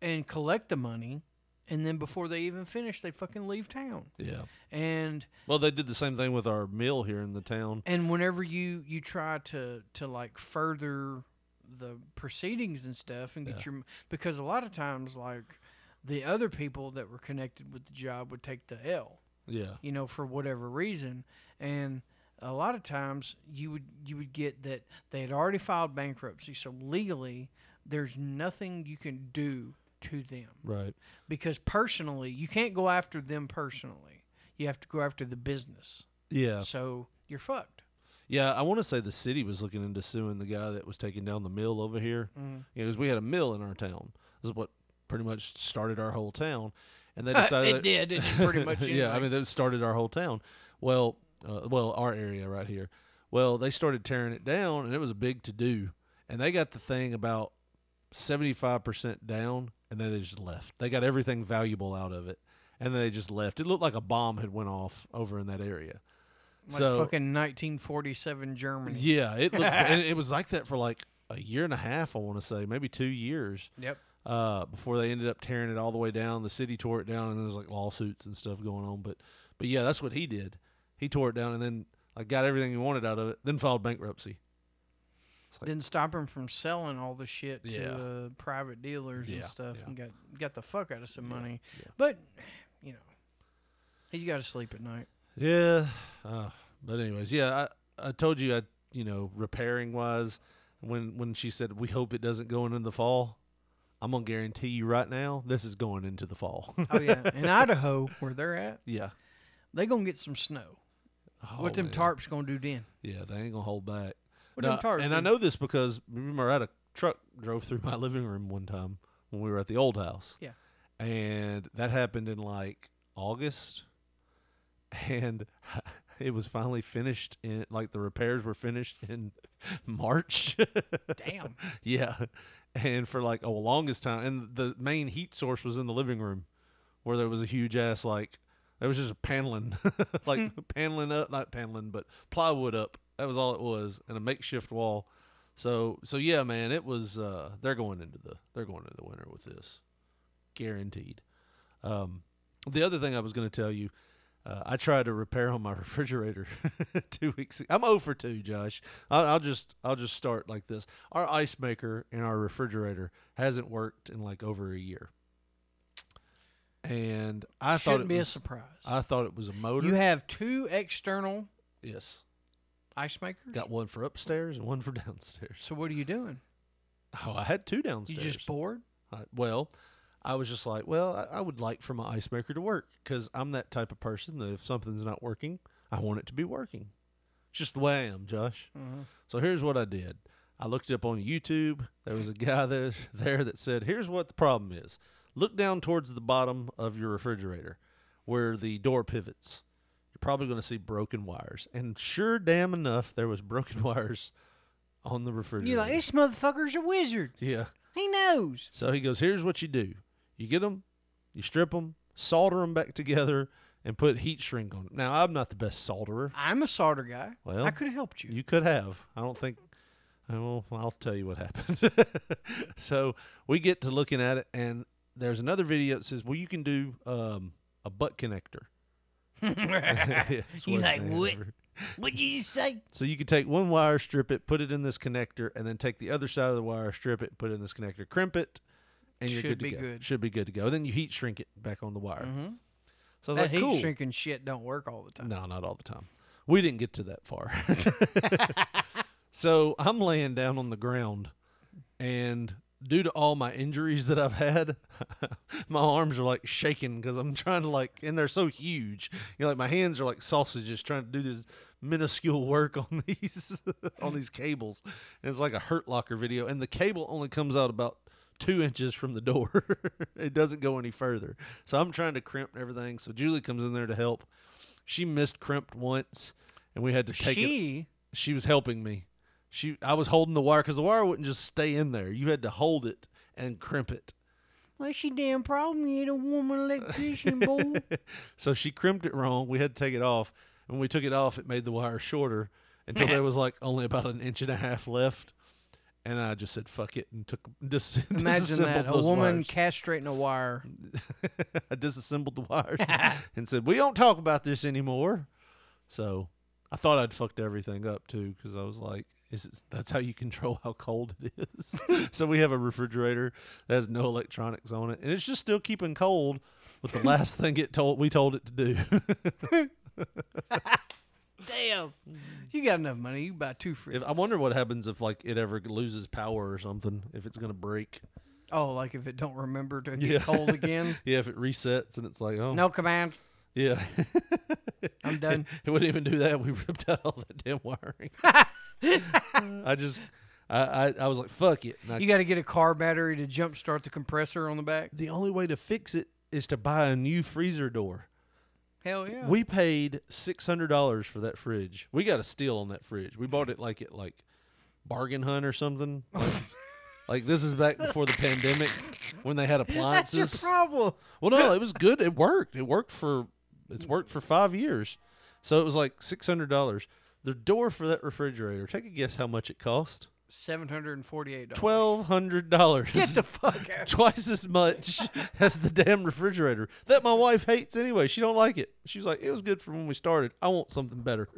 and collect the money, and then before they even finish, they fucking leave town. Yeah. And Well, they did the same thing with our mill here in the town. and whenever you you try to to like further the proceedings and stuff and get Yeah. your m- because a lot of times like the other people that were connected with the job would take the L. Yeah. You know, for whatever reason, and a lot of times you would you would get that they had already filed bankruptcy, so legally there's nothing you can do to them Right. because personally you can't go after them personally. You have to go after the business. Yeah. So you're fucked. Yeah, I want to say the city was looking into suing the guy that was taking down the mill over here. Mhm. Yeah, because we had a mill in our town. This is what pretty much started our whole town, and they decided *laughs* It did, it did pretty *laughs* much yeah, I anyway. mean that started our whole town. Well, uh, well, our area right here. Well, they started tearing it down, and it was a big to do. And they got the thing about seventy five percent down, and then they just left. They got everything valuable out of it, and then they just left. It looked like a bomb had went off over in that area. Like so, fucking 1947 Germany. yeah, it *laughs* looked, and it was like that for like a year and a half. I want to say maybe two years. Yep. Uh, before they ended up tearing it all the way down, the city tore it down, and there was like lawsuits and stuff going on. But but yeah, that's what he did. He tore it down and then like got everything he wanted out of it, then filed bankruptcy. Didn't stop him from selling all the shit to Yeah. uh, private dealers Yeah, and stuff, yeah. and got got the fuck out of some money. But you know, he's got to sleep at night. Yeah. Uh, but anyways, yeah, I, I told you I you know repairing wise when when she said we hope it doesn't go into the fall. I'm gonna guarantee you right now this is going into the fall. *laughs* Oh yeah, in Idaho where they're at, yeah, Oh, they gonna get some snow. what them man. tarps gonna do then? yeah, they ain't gonna hold back. What them Now, tarps and I do? know this because remember I had a truck drove through my living room one time when we were at the old house. Yeah. and that happened in like August, *laughs* and it was finally finished in like the repairs were finished in *laughs* March. Damn. *laughs* yeah, and for like a longest time, and the main heat source was in the living room, where there was a huge ass like there was just a paneling, *laughs* like Hmm. paneling up, not paneling, but plywood up. That was all it was, and a makeshift wall. So so yeah, man, it was. Uh, they're going into the they're going into the winter with this guaranteed. Um, the other thing I was going to tell you, uh, I tried to repair on my *laughs* refrigerator two weeks. I'm over two, Josh. I'll, I'll just I'll just start like this. Our ice maker in our refrigerator hasn't worked in like over a year, and I thought Shouldn't it be a was- surprise. I thought it was a motor. You have two external yes, ice makers. got one for upstairs and one for *laughs* downstairs. So what are you doing? Oh, I had two downstairs. You just bored? I, well, I was just like, well, I, I would like for my ice maker to work because I'm that type of person that if something's not working, I want it to be working. It's just the way I am, Josh. Mhm. So here's what I did. I looked it up on YouTube. There was a guy *laughs* there, there that said, here's what the problem is. Look down towards the bottom of your refrigerator where the door pivots. You're probably going to see broken wires. And sure damn enough, there was broken *laughs* wires on the refrigerator. You're like this motherfucker's a wizard. yeah. He knows. So he goes, here's what you do. You get them, you strip them, solder them back together, and put heat shrink on them. Now, I'm not the best solderer. I'm a solder guy. Well, I could have helped you. You could have. I don't think. Well, I'll tell you what happened. *laughs* so we get to looking at it, and there's another video that says, well, you can do um, a butt *laughs* connector. *laughs* Yeah, you like Schwarzenegger. what? What did you say? So you could take one wire, strip it, put it in this connector, and then take the other side of the wire, strip it, put it in this connector, crimp it, and you're Should good to be go. good. Should be good to go. Then you heat shrink it back on the wire. Mhm. So I was that like, heat cool. shrinking shit don't work all the time. No, not all the time. We didn't get to that *laughs* far. *laughs* so I'm laying down on the ground, and due to all my injuries that I've had, *laughs* my arms are like shaking because I'm trying to like, and they're so huge. You know, like my hands are like sausages trying to do this minuscule work on *laughs* these on these cables. And it's like a Hurt Locker video, and the cable only comes out about two inches from the door. *laughs* it doesn't go any further. So I'm trying to crimp everything. So Julie comes in there to help. She missed crimped once, and we had to take She? It. She was helping me. She I was holding the wire because the wire wouldn't just stay in there. You had to hold it and crimp it. What's your damn problem? You ain't a woman *laughs* electrician, boy. so she crimped it wrong. We had to take it off. And When we took it off, it made the wire shorter until *laughs* there was like only about an inch and a half left. And I just said fuck it and took *laughs* dis- Imagine that disassembled a those woman wires. castrating a wire. I disassembled the *laughs* wires *laughs* and said, "We don't talk about this anymore." So I thought I'd fucked everything up too because I was like, "Is it, that's how you control how cold it *laughs* is?" *laughs* so we have a refrigerator that has no electronics on it, and it's just still keeping cold with the last thing it told we told it to do. *laughs* Damn, you got enough money. You can buy two free. Mm. if, I wonder what happens if like it ever loses power or something, if it's gonna break. Oh, like if it don't remember to *laughs* get cold again. *laughs* yeah, if it resets and it's like, oh No command. Yeah. I'm done. It wouldn't even do that. We ripped out all that damn *laughs* wiring. I just, I, I, I was like, fuck it. And I- You got to get a car battery to jump start the compressor on the back. the only way to fix it is to buy a new freezer door. Hell yeah. We paid six hundred dollars for that fridge. We got a steal on that fridge. We bought it like at like bargain hunt or something. *laughs* Like, like, this is back before the pandemic when they had That's appliances. your problem. Well, no, it was good. It worked. It worked for it's worked for five years. So it was like six hundred dollars. The door for that refrigerator. Take a guess how much it cost. Seven hundred and forty-eight dollars. Twelve hundred dollars. Get *laughs* the fuck out. Twice as much as the damn refrigerator that my wife hates anyway. She don't like it. She's like, it was good for when we started. I want something better. *laughs*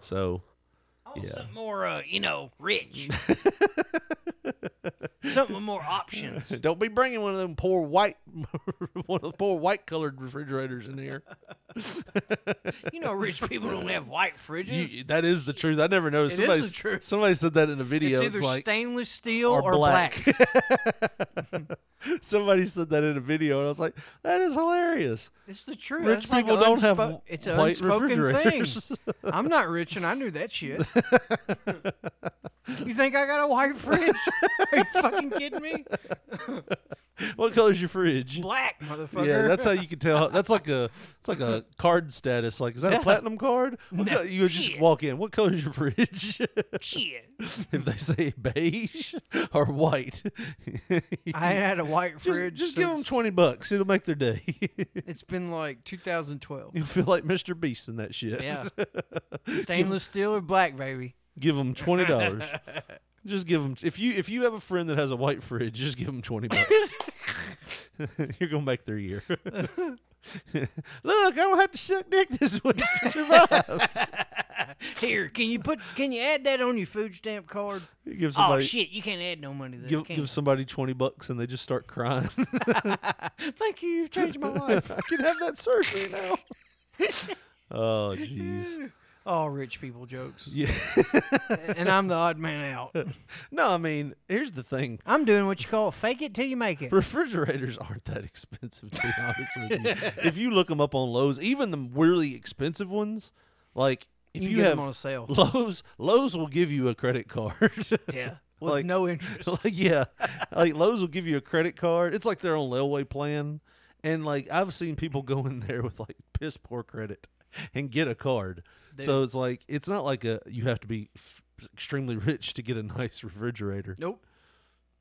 So Yeah. Something more, uh, you know, *laughs* rich. Something with more options. Don't be bringing one of them poor white, *laughs* one of those poor white colored refrigerators in here. You know, rich people don't have white fridges. You- that is the truth. I never noticed. It is somebody, the truth. Somebody said that in a It's video. either like, stainless steel or or, black. black. *laughs* somebody said that in a video, and I was like, that is hilarious. It's the truth. Rich That's like people don't have unspo- it's an white unspoken refrigerators. thing. *laughs* I'm not rich, and I knew that *laughs* shit. you think I got a white fridge? Are you fucking kidding me? what color's your fridge? Black, motherfucker. Yeah, that's how you can tell. That's like *laughs* a it's like a card status. Like, is that a Yeah. platinum card? What No, co- you just walk in. What color's your fridge? *laughs* Shit. if they say beige or white, *laughs* I ain't had a white Just- fridge Just, give them since- twenty bucks. It'll make their day. *laughs* It's been like 2012. You'll feel like Mr. Beast in that shit. *laughs* Yeah. Stainless steel or black, baby. Give them twenty *laughs* dollars. just give them if you if you have a friend that has a white fridge, just give them *laughs* twenty bucks. *laughs* You're gonna make their year. *laughs* Look, I don't have to suck dick this week *laughs* to survive. Here, can you put? Can you add that on your food stamp card? Give somebody- oh shit, you can't add no money there. give, can give somebody 20 bucks and they just start crying. *laughs* you? Thank you, you've changed my life. Oh, I can have that surgery *laughs* now. oh, jeez. All rich people jokes. Yeah. and I'm the odd man out. *laughs* No, I mean, here's the thing. I'm doing what you call fake it till you make it. Refrigerators aren't that expensive, to be honest with you. *laughs* If you look them up on Lowe's, even the really expensive ones, like if You you, can get have 'em on sale. *laughs* Lowe's, Lowe's will give you a credit card. *laughs* Yeah, with *laughs* no interest. like, yeah, like Lowe's will give you a credit card. It's like their own Lelway plan, and like I've seen people go in there with like piss poor credit and get a card. So Dude. it's like it's not like a you have to be f- extremely rich to get a nice refrigerator. Nope.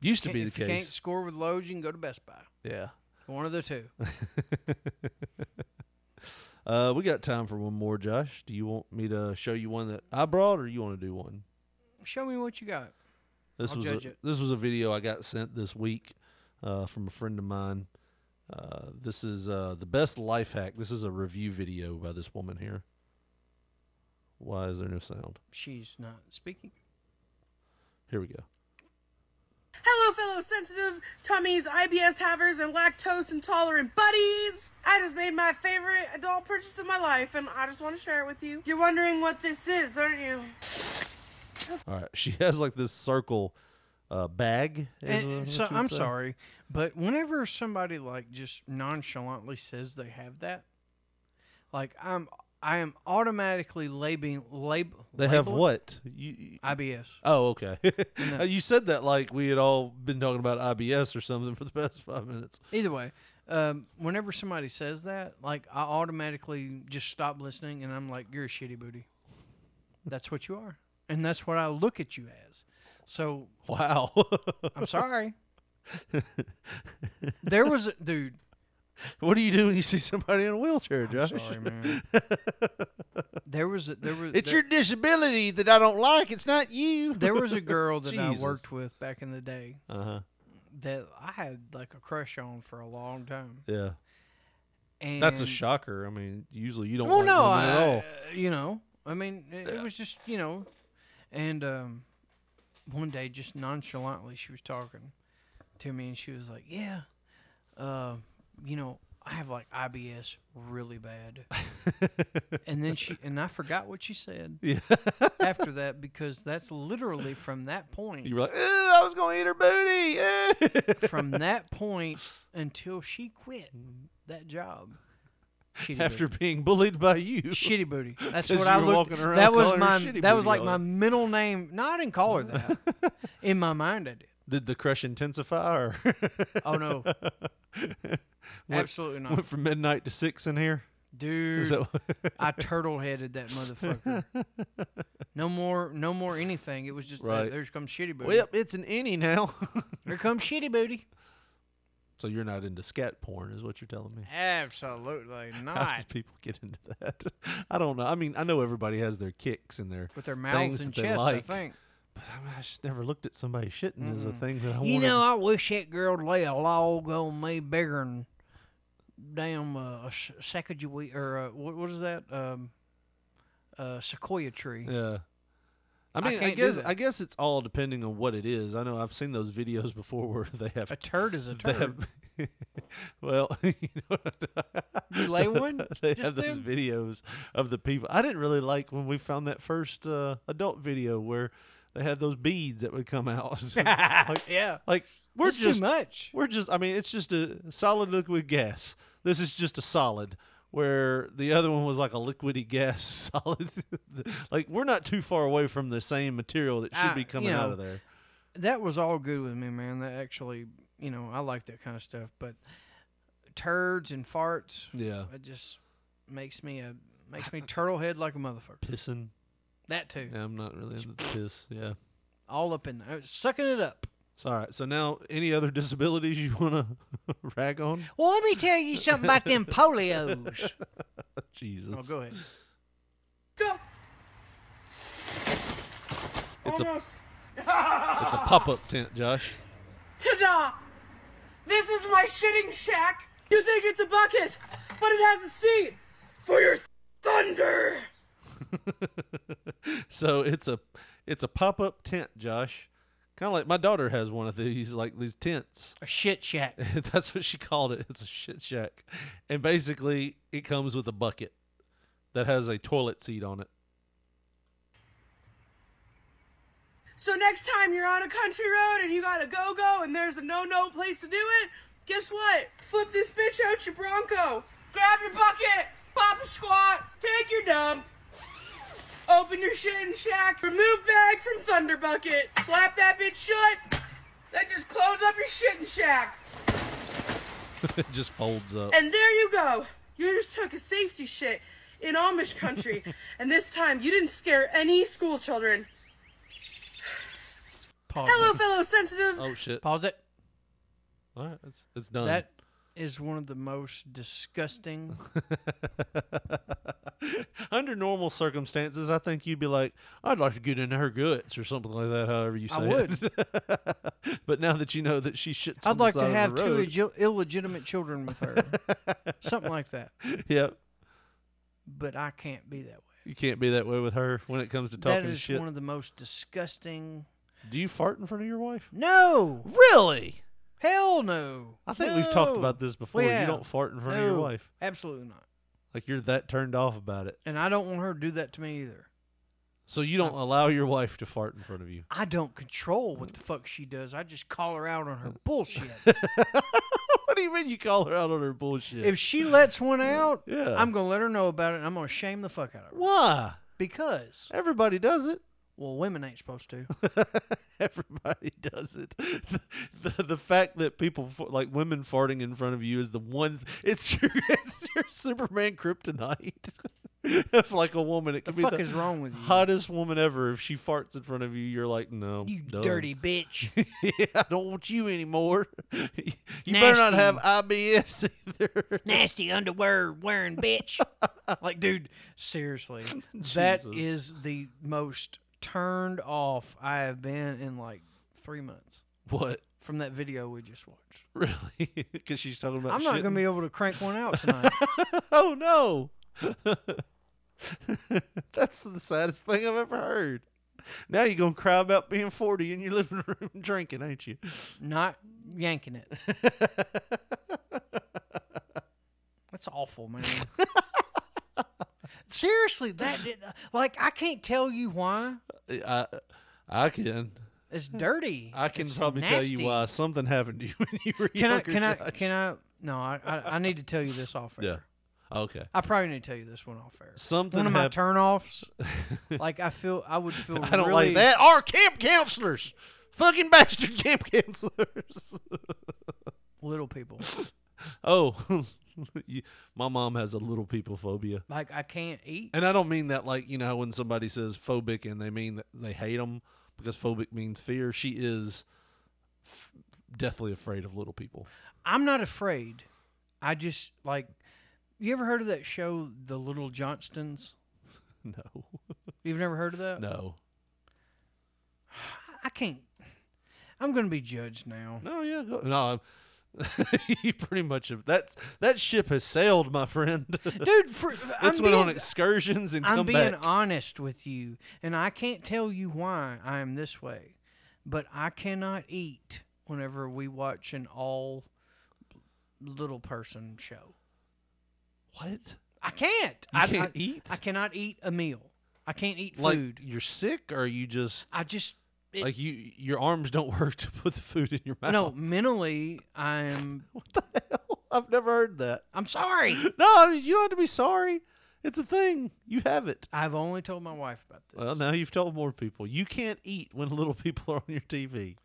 Used *laughs* to be the if you can't case. score with Lowe's, you can go to Best Buy. Yeah. One of the two. *laughs* Uh, we got time for one more, Josh. Do you want me to show you one that I brought, or you want to do one? Show me what you got. This I'll was judge a, it. this was a video I got sent this week uh, from a friend of mine. Uh, this is uh, the best life hack. This is a review video by this woman here. Why is there no sound? She's not speaking. Here we go. Hello, fellow sensitive tummies, IBS havers, and lactose intolerant buddies! I just made my favorite adult purchase of my life, and Um, I just want to share it with you. You're wondering what this is, aren't you? All right, she *laughs* has like this circle uh, bag. is And- what and Eh, so she would I'm say. sorry, but whenever somebody like just nonchalantly says they have that, like I'm, I am automatically labeling label. They have label it what? You, IBS. Oh, okay. *laughs* you said that like we had all been talking about IBS or something for the past five minutes. Either way, um, whenever somebody says that, like I automatically just stop listening, and I'm like, "You're a shitty booty." That's what you are, and that's what I look at you as. So wow, *laughs* I'm sorry. There was a dude. What do you do when you see somebody in a wheelchair, Josh? *laughs* sorry, man. There was a, there was It's there- your disability that I don't like. It's not you. There *laughs* was a girl that I Jesus. worked with back in the day Uh-huh. that I had like a crush on for a long time. Yeah. And That's a shocker. I mean, usually you don't Well, like no, women at I- uh, all. You know, I mean, it, it was just you know, and um, one day just nonchalantly she was talking to me and she was like, "Yeah, uh, you know, I have like IBS *laughs* really bad," and then she and I forgot what she said. *laughs* Yeah. after that, because that's literally from that point. You were like, "Ew, I was going to eat her booty. *laughs* ew." from that point until she quit that job. Shitty After booty. being bullied by you. Shitty booty. *laughs* That's 'Cause what you I were looked. walking around that was calling her my. shitty That was booty like all my the- middle name. No, I didn't call *laughs* her that. In my mind, I did. Did the crush intensify? Or *laughs* Oh no, Went- absolutely *laughs* not. Went from midnight to six in here. dude! Is that what- I turtle headed that *laughs* motherfucker. No more. No more anything. It was just Right. right. there's comes shitty booty. Well, it's an innie now. *laughs* Here comes shitty booty. so you're not into scat porn, is what you're telling me? *laughs* Absolutely How not. do people get into that? *laughs* I don't know. I mean, I know everybody has their kicks and their With their mouths things and that they chests, I like, think. But I, mean, I just never looked at somebody shitting as a thing that I You wanted. know, I wish that girl would lay a log on me bigger than damn uh, a s- Sacagawea or uh, what, what is that? Um, uh, sequoia tree. yeah. I mean, I, guess I guess it's all depending on what it is. I know I've seen those videos before *laughs* where they have a turd is a *laughs* they turd. have- well, *laughs* you know, *laughs* You lay one? *laughs* They Just have those them? videos of the people. I didn't really like when we found that first uh, adult video where they had those beads that would come out. *laughs* like, *laughs* Yeah. like we're It's too just much. We're just. I mean, it's just a solid liquid gas. This is just a solid. Where the other one was like a liquidy gas *laughs* solid. like we're not too far away from the same material that should I- be Ah, you coming out know, of there. That was all good with me, man. That actually, you know, I like that kind of stuff. But turds and farts, Yeah. it just makes me a makes me turtle head like a motherfucker. Pissing. That too, Yeah, I'm not really into piss. Yeah. all up in there, Uh, sucking it up. So, all right. So now, any other *laughs* disabilities you want to *laughs* rag on? Well, let me tell you something about *laughs* them polios. Jesus. Oh, go ahead. It's a Almost. it's a pop up tent, Josh. Ta-da! This is my shitting shack. You think it's a bucket, but it has a seat for your thunder. So it's a it's a pop up tent, Josh. Kind of like my daughter has one of these, like these tents. A shit shack. *laughs* That's what she called it. It's a shit shack, and basically it comes with a bucket that has a toilet seat on it. *laughs* So next time you're on a country road and you got a go-go and there's a no-no place to do it, guess what? Flip this bitch out your Bronco. Grab your bucket, pop a squat, take your dump. Open your shit and shack, remove bag from thunder bucket, slap that bitch shut, then just close up your shit and shack. it just folds up. And there you go. You just took a safety shit in Amish country, and this time you didn't scare any school children. Pause Hello, it. fellow sensitive. Oh shit! Pause it. All right, it's, it's done. That is one of the *laughs* most disgusting. Under normal circumstances, I think you'd be like, "I'd like to get in her guts" or something like that. However you say I it. *laughs* but now that you know that she shits, on I'd the like to side of the have two road- ille- illegitimate children with *laughs* her, something like that. Yep. But I can't be that way. You can't be that way with her when it comes to talking That is shit. one of the most disgusting. Do you fart in front of your wife? No, really? Hell no. I think we've talked No. about this before. We You have. don't fart in front of your No, wife. Absolutely not. Like you're that turned off about it, And I don't want her to do that to me either. so you don't allow your wife to fart in front of you. *laughs* I don't control what the fuck she does. I just call her out on *laughs* her bullshit. what do you mean you call her out on her bullshit? if she lets one out, Yeah. I'm gonna let her know about it. and I'm gonna shame the fuck out of her Why? because Everybody does it. well, women ain't *laughs* supposed to. Everybody does it. *laughs* The, the, the fact that people fa- like women farting in front of you is the one. th- *laughs* It's your it's your Superman kryptonite. *laughs* if like a woman, it could The be fuck the is wrong with you? Hottest woman ever. If she farts in front of you, you're like, no, You done. dirty bitch. *laughs* yeah, I don't want you anymore. *laughs* you better not have IBS *laughs* either. Nasty underwear wearing bitch. like, dude, *laughs* seriously, that Jesus. is the most turned off I have been in like three months What? *laughs* from that video we just watched. Really? Because she's talking about. I'm not gonna shitting? be able to crank one out *laughs* tonight. oh no. *laughs* That's the saddest thing I've ever heard. Now you're gonna cry about being forty in your living *laughs* room drinking, ain't you? not yanking it. That's awful, *laughs* man. Seriously, that did, like I can't tell you why. I, I can, *laughs* It's dirty. I can It's probably tell nasty. you why something happened to you *laughs* when you were Can I? younger, Can I? Josh. Can I? No, I, I. I need to tell you this off air. Yeah. Okay. I probably need to tell you this one off air. Something One of my hap- turnoffs. *laughs* like I feel, I would feel. I don't really, like that. Our camp counselors, fucking bastard *laughs* camp counselors. Little people. *laughs* oh, you- my mom has a little people phobia. Like I can't eat. And I don't mean that like you know how when somebody says phobic and they mean that they hate them because phobic means fear. She is f- deathly afraid of little people. I'm not afraid. I just like. You ever heard of that show, The Little Johnstons? *laughs* No, You've never heard of that? no, I can't. I'm going to be judged now. no. Yeah, go, no. *laughs* you pretty much have, that's that ship has sailed, my friend. *laughs* Dude, for, I'm it's went on being- excursions and I'm come being back. honest with you, and I can't tell you why I am this way, but I cannot eat whenever we watch an all little person show. What? I can't. You I can't I- eat? I cannot eat a meal. I can't eat like food. you're sick, or you just I just it- like you your arms don't *laughs* work to put the food in your mouth. No, mentally I'm. *laughs* what the hell? I've never heard that. I'm sorry. *laughs* no, I mean, you don't have to be sorry. It's a thing. You have it. I've only told my wife about this. Well, now you've told more people. You can't eat when *laughs* little people are on your TV.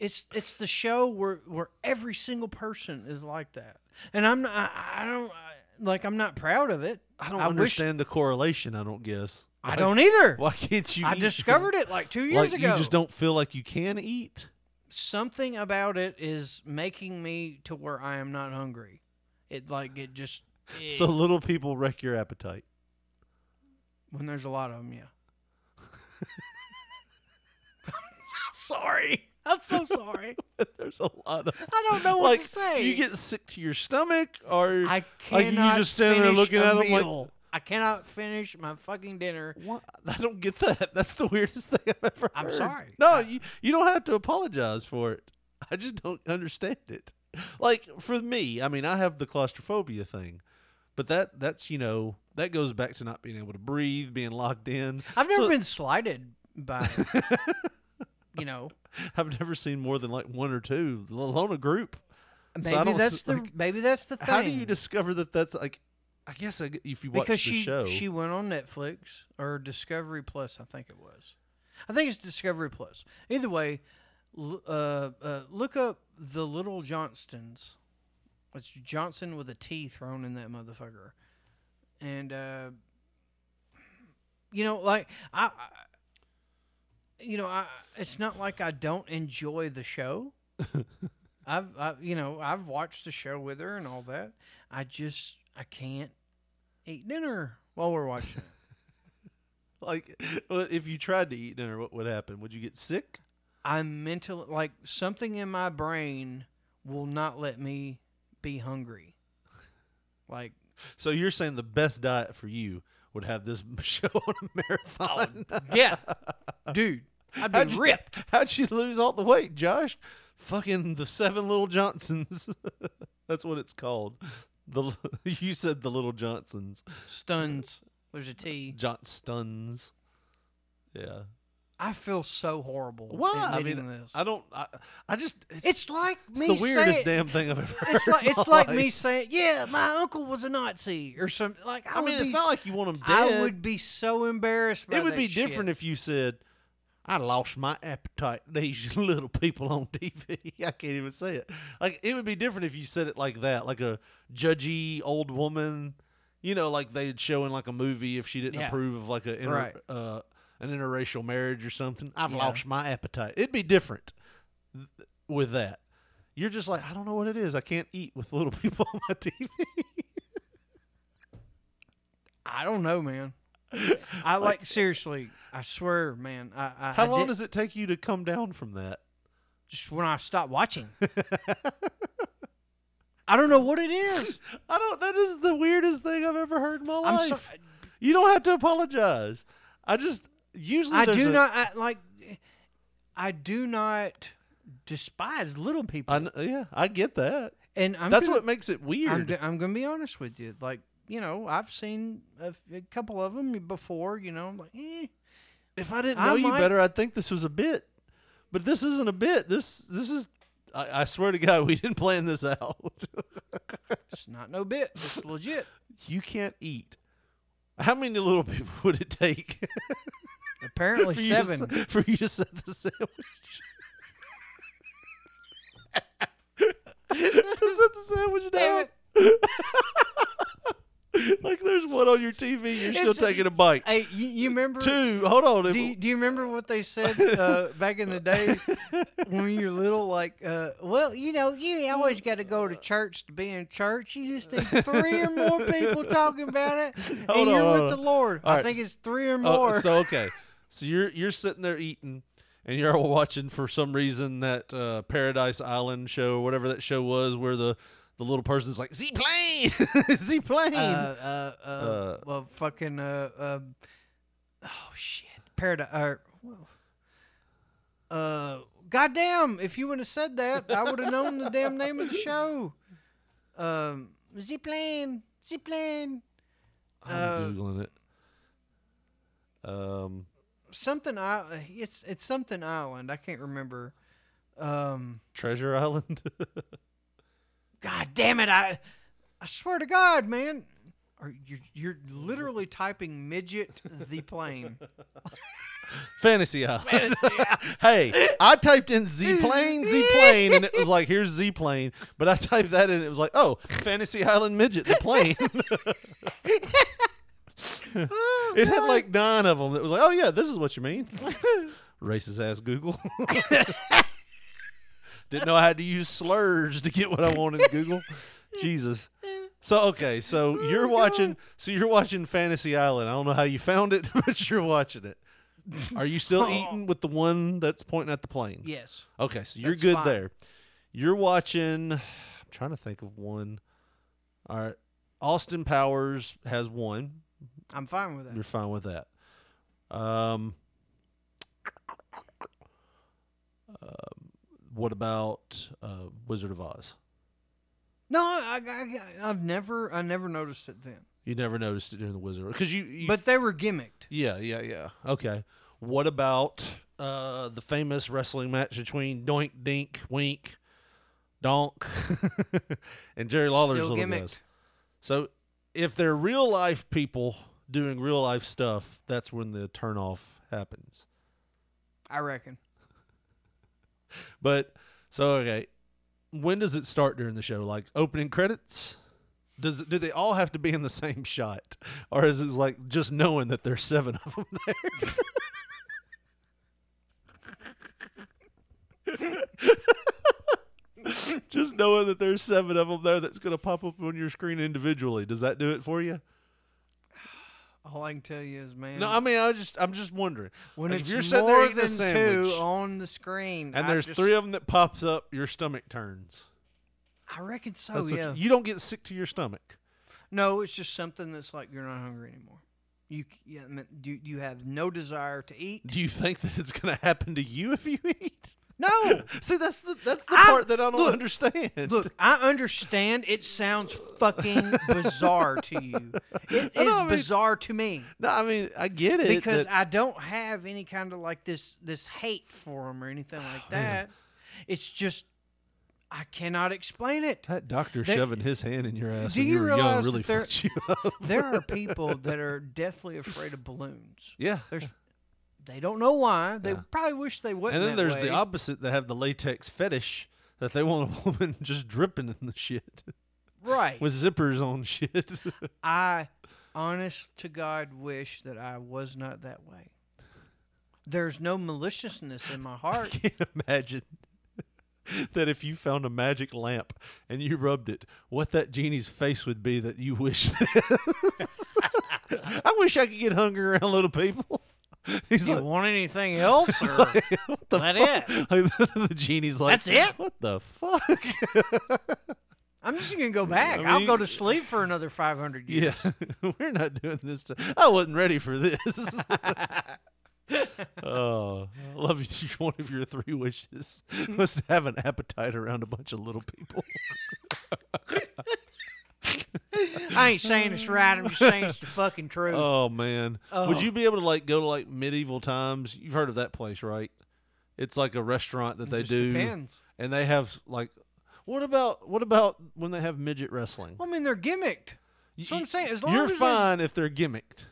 It's it's the show where where every single person is like that, and I'm not. I, I don't I, like. I'm not proud of it. I don't wish- understand the correlation. I don't guess. I *laughs* don't either. Why can't you? I eat? discovered it like two years Like, ago. You just don't feel like you can eat. Something about it is making me to where I am not hungry. It like it just. So little people wreck your appetite. *laughs* when there's a lot of them, yeah. sorry. I'm *laughs* so sorry. There's a lot of. I don't know what like, to say. You get sick to your stomach, or I like you cannot just stand there finish looking a at them meal. like. I cannot finish my fucking dinner. What? I don't get that. *laughs* That's the weirdest thing I've ever I'm heard. sorry. No, you you don't have to apologize for it. I just don't understand it. Like for me, I mean, I have the claustrophobia thing, but that that's you know that goes back to not being able to breathe, being locked in. I've never So- been slighted *laughs* by, you know. I've never seen more than like one or two, let alone a group. So I Maybe don't that's s- the like, maybe that's the thing. How do you discover that that's like? I guess I g if you watch because the she show, she went on Netflix or Discovery Plus, I think it was. I think it's Discovery Plus. Either way, l- uh, uh, look up the Little Johnstons. It's Johnson with a T thrown in that motherfucker, and uh, you know, like I, I you know, I it's not like I don't enjoy *laughs* the show. I've, I, you know, I've watched the show with her and all that. I just, I can't eat dinner while we're watching. like, *laughs* well, if you tried to eat dinner, what would happen? Would you get sick? *laughs* I'm mentally like something in my brain will not let me be hungry. Like, So you're saying the best diet for you would have this *laughs* show on a marathon? yeah, dude, Oh, I'd *laughs* be How'd you- *laughs* ripped. how'd you lose all the weight, Josh? Fucking the Seven Little Johnsons. *laughs* That's what it's called. The l- *laughs* you said the Little Johnsons. Stuns. There's a T. Johnstons. Yeah. I feel so horrible. Why? I admitting mean, this. I don't. I, I just. It's, It's, like it's me the weirdest saying- damn thing I've ever heard. *laughs* It's like in *laughs* it's my like me life. saying, "Yeah, my uncle was a Nazi" or something. Like I, I would mean, it's be- not like you want 'em I dead. would be so embarrassed. By It would that be shit. different if you said, "I lost my appetite." *laughs* These little people on TV. *laughs* I can't even say it. Like it would be different if you said it like that, like a judgy old woman. You know, like they'd show in like a movie if she didn't Yeah. approve of like a inter- Right. uh, an interracial marriage or something. I've Yeah. lost my appetite. It'd be different th- with that. You're just like, I don't know what it is. I can't eat with little *laughs* people on my TV. I don't know, man. *laughs* I like seriously. I swear, man. I, I How I long did- does it take you to come down from that? just when I stop watching? *laughs* I don't know what it *laughs* is. I don't. That is the weirdest thing I've ever heard in my I'm life. so- you don't have to apologize. I just usually I there's do a- not I, like. I do not despise little people, I kn- yeah, I get that. and I'm that's gonna- what makes it weird. I'm, I'm gonna be honest with you. Like, you know, I've seen a, f- a couple of them before. You know, I'm like, eh. if I didn't I know you might- better, I'd think this was a bit. But this isn't a bit. This this is. I, I swear to God, *laughs* we didn't plan this out. *laughs* it's not no bit. It's legit. you can't eat. How many little people *laughs* would it take? Apparently for *laughs* you to *laughs* seven. s- for you to set the sandwich. *laughs* to set the sandwich down. like there's one on your TV, you're still It's- taking a bite. Hey, you, you remember? Two. Hold on. Do you, do you remember what they said *laughs* uh, back in the day when you were little? Like, uh, well, you know, you ain't Mm. always got to go to church to be in church. You just need three *laughs* or more people talking about it, and Hold on, you're hold with on. the Lord. All I right, think s- uh, it's three or Oh, more. so okay, so you're you're sitting there eating, and you're all watching for some reason that uh, Paradise Island show, whatever that show was, where the the little person's like Z *laughs* plane, Z plane. Uh, uh, uh, well, fucking, uh, um, oh shit, paradise. Uh, well, uh, goddamn! If you would have said that, I would have known the damn name of the show. Um, Zipline, Zipline. I'm uh, googling it. Um, something. I it's it's something island. I can't remember. Um, Treasure Island. *laughs* God damn it! I I swear to God, man. Are you you're literally typing midget the *laughs* plane? Fantasy Island. *laughs* Fantasy hey, I typed in Z plane, Z plane, and it was like, here's Z plane. But I typed that in, and it was like, oh, Fantasy Island midget, the plane. *laughs* it had like nine of them. It was like, oh yeah, this is what you mean. Racist ass Google. *laughs* Didn't know I had to use slurs to get what I wanted. Google, Jesus. So okay, so you're watching. So you're watching Fantasy Island. I don't know how you found it, *laughs* but you're watching it. Are you still eating with the one that's pointing at the plane? Yes. Okay, so you're That's good fine. there. You're watching. *sighs* I'm trying to think of one. All right, Austin Powers has one. I'm fine with that. You're fine with that. Um, uh, what about uh, Wizard of Oz? No, I, I, I've never I never noticed it then. You never noticed it during the Wizard because you, you. But they were gimmicked. yeah, yeah, yeah. Okay. What about uh, the famous wrestling match between Doink Dink Wink, Donk, *laughs* and Jerry Lawler's Still little gimmicked. guys? So if they're real life people doing real life stuff, that's when the turnoff happens. I reckon. But so okay, when does it start during the show? Like opening credits? Does do they all have to be in the same shot, or is it like just knowing that there's seven of them there? *laughs* just knowing that there's seven of them there that's going to pop up on your screen individually. Does that do it for you? All I can tell you is, man. No, I mean I just I'm just wondering when Like, it's if you're sitting there more eating a than two sandwich- on the screen, and I there's just- three of them that pops up, your stomach turns. I reckon so. That's what Oh, yeah. you, you don't get sick to your stomach. no, it's just something that's like you're not hungry anymore. You c- yeah, I mean, you you have no desire to eat. Do you think that it's going to happen to you if you eat? No. See, that's the that's the I- part that I don't look, understand. *laughs* Look, I understand it sounds fucking bizarre *laughs* to you. It I know, is I mean- bizarre to me. *laughs* No, I mean I get *laughs* it because that- I don't have any kind of like this this hate for them or anything *sighs* like that. It's just I cannot explain it. that doctor There- shoving his hand in your ass Do when you, you were young realize really that there, fucked you *laughs* up. there *laughs* are people that are deathly afraid of balloons. yeah. There's they don't know why. They Yeah. probably wish they wouldn't. and then that there's way. the opposite that have the latex fetish that they want a woman *laughs* just dripping in the shit right. with zippers on shit. *laughs* I honest to God wish that I was not that way. There's no maliciousness in my heart. Imagine that if you found a magic lamp and you rubbed it, what that genie's face would be that you wish *laughs* this. I wish I could get hungry around little people. *laughs* *laughs* He's you like, want anything else? he's Or like, *laughs* what the fuck? that it? *laughs* Like, the genie's like, That's it? What the fuck? *laughs* I'm just gonna go back. I I'll mean- go to sleep for another 500 years. Yeah, we're not doing this. To- I wasn't ready for this. *laughs* oh, I love you. *laughs* One of your three wishes was to have an appetite around a bunch of little people. I ain't saying it's right. I'm just *laughs* saying it's the fucking truth. Oh man, would Oh. you be able to like go to like medieval times? You've heard of that place, right? It's like a restaurant that It they just do, depends. and they have like, what about what about when they have midget wrestling? Well, I mean, they're gimmicked. That's what I'm saying. As long You're as they- fine if they're gimmicked.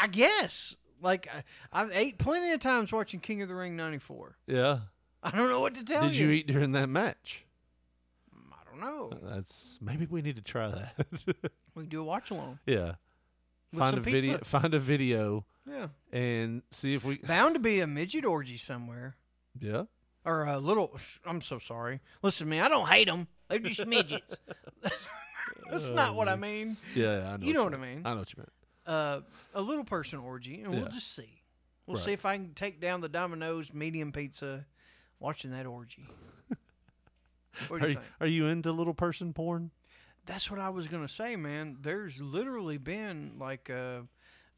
I guess. Like I, I've ate plenty of times watching King of the Ring '94. Yeah. I don't know what to tell Did you you. eat Uh, during that match? I don't know. That's maybe we need to try that. *laughs* We can do a watch along. yeah. With find some a video. pizza. Find a video. Yeah. And see if we. Bound to be a midget orgy somewhere, Yeah. or a little. I'm so sorry. Listen to me. I don't hate them. They're just midgets. *laughs* that's that's not what I mean. Yeah, yeah, I know you know what what you I mean. mean. I know what you mean. Uh, a little person orgy, and Yeah. we'll just see. We'll see if I can take down the Domino's medium pizza watching that orgy. *laughs* what do are, you you, think? are you into little person porn? That's what I was going to say, man. There's literally been like uh,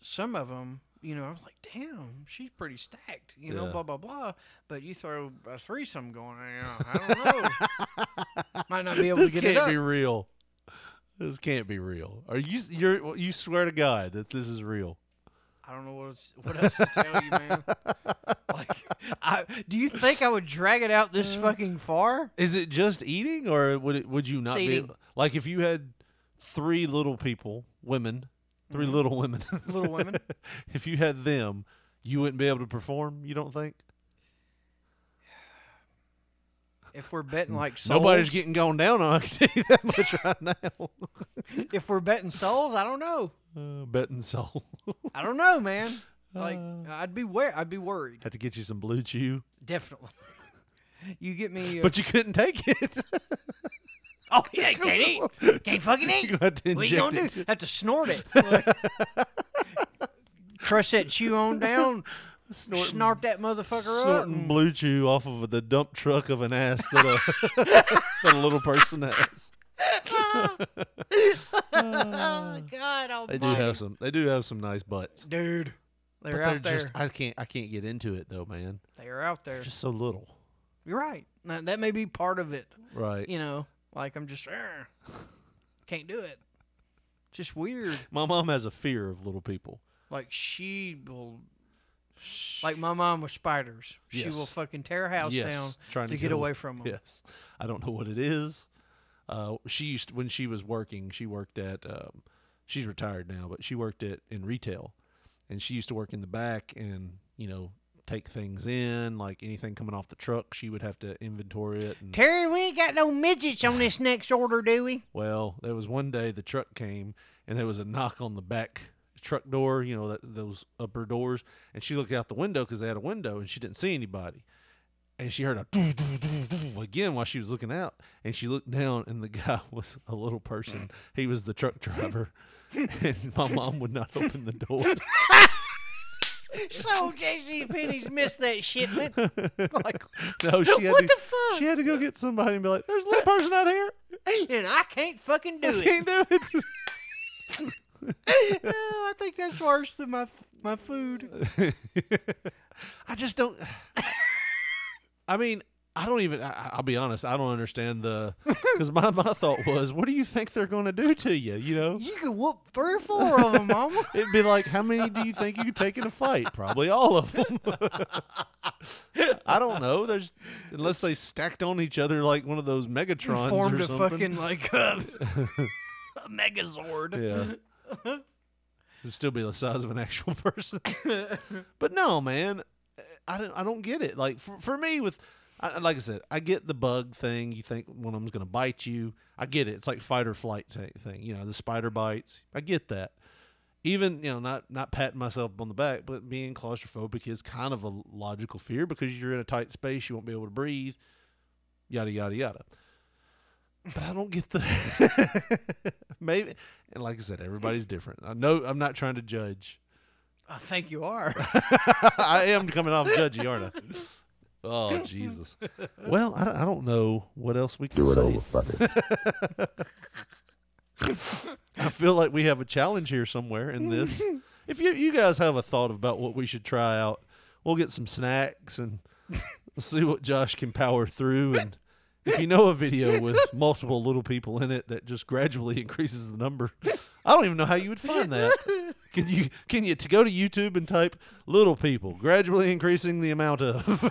some of them, you know, I was like, damn, she's pretty stacked, you know, Yeah. blah, blah, blah. But you throw a threesome going, you know, I don't *laughs* know. Might not be able this to get can't it up. be real. This can't be real. Are you you're you swear to God that this is real? I don't know what else, what else to tell *laughs* you, man. Like, I, do you think I would drag it out Uh. this fucking far? Is it just eating, or would it would you not It's be eating. like if you had three little people, women, 3 Mhm. little women, *laughs* Little women. if you had them, you wouldn't be able to perform. You don't think? If we're betting like souls, Nobody's getting gone down on. I can *laughs* tell you that much right now. If we're betting souls, I don't know. Uh, betting soul. I don't know, man. Uh. Like, I'd be wor- I'd be worried. *laughs* Had to get you some blue chew, Definitely. You get me, uh, but you couldn't take it. *laughs* Oh yeah, you can't eat. *laughs* Can't fucking eat. You had to what you gonna inject do? it. Have to *laughs* snort it. Crush that chew on down. Snorting- snort that motherfucker up. Oh, Sorting and- blue chew off of the dump truck of an ass that a, *laughs* that a little person has. God They almighty. do have some. They do have some nice butts, dude. But They're out just- there. I can't. I can't get into it though, man. They are out there. They're just so little. You're right. Now, that may be part of it. Right. You know, like I'm just "Arr, can't do it. Just weird. My mom has a fear of little people. Like she will. Like my mom with spiders, she will Yes. fucking tear a house Yes, down trying to, get away from them. Yes, I don't know what it is. Uh, she used when she was working. She worked at. Um, she's retired now, but she worked at in retail, and she used to work in the back and you know take things in like anything coming off the truck. She would have to inventory it. And, Terry, we ain't got no midgets on this next order, do we? well, there was one day the truck came and there was a knock on the back truck door. You know that, those upper doors, and she looked out the window because they had a window, and she didn't see anybody. and she heard a doo, doo, doo, doo again while she was looking out and she looked down and the *laughs* guy was a little person he was the truck driver *laughs* and my mom would not open the door *laughs* So JC Penney's missed *laughs* that shipment. Like no she had what to the fuck? she had to go get somebody and be like there's a little person out here and I can't fucking do I *laughs* it. *laughs* can't do it Oh, I think that's worse than my my food. *laughs* I just don't. I mean, I don't even. I- I, I'll be honest. I don't understand *laughs* the because my my thought was, what do you think they're going to do to you? You know, You could whoop three or four of them, Mama. *laughs* it'd be like, how many do you think you could take in a fight? Probably all of them. *laughs* I don't know. There's unless they stacked on each other like one of those Megatrons Formed or a something. fucking like *laughs* a, a Megazord. Yeah. It'd still be the size of an *laughs* actual person. but no, man, I don't. I don't get it. Like for, for me, with I, like I said, I get the bug thing. You think one of them's gonna bite you. I get it. It's like fight or flight t- thing. You know, the spider bites. I get that. Even you know, not not patting myself on the back, but being claustrophobic is kind of a logical fear because you're in a tight space. You won't be able to breathe. Yada yada yada. But I don't get the *laughs* maybe. And like I said, everybody's different. I know I'm not trying to judge. I think *laughs* you are. *laughs* I am coming off judgy, aren't I? Oh Jesus! Well, I, I don't know what else we can Do it say. over, I *laughs* feel like we have a challenge here somewhere in *laughs* this. If you you guys have a thought about what we should try out, we'll get some snacks and see what Josh can power through. And if you know a video *laughs* with multiple little people in it that just gradually *laughs* increases the number, I don't even know how you would find that. Can you can you to go to YouTube and type little people gradually increasing the amount of? *laughs*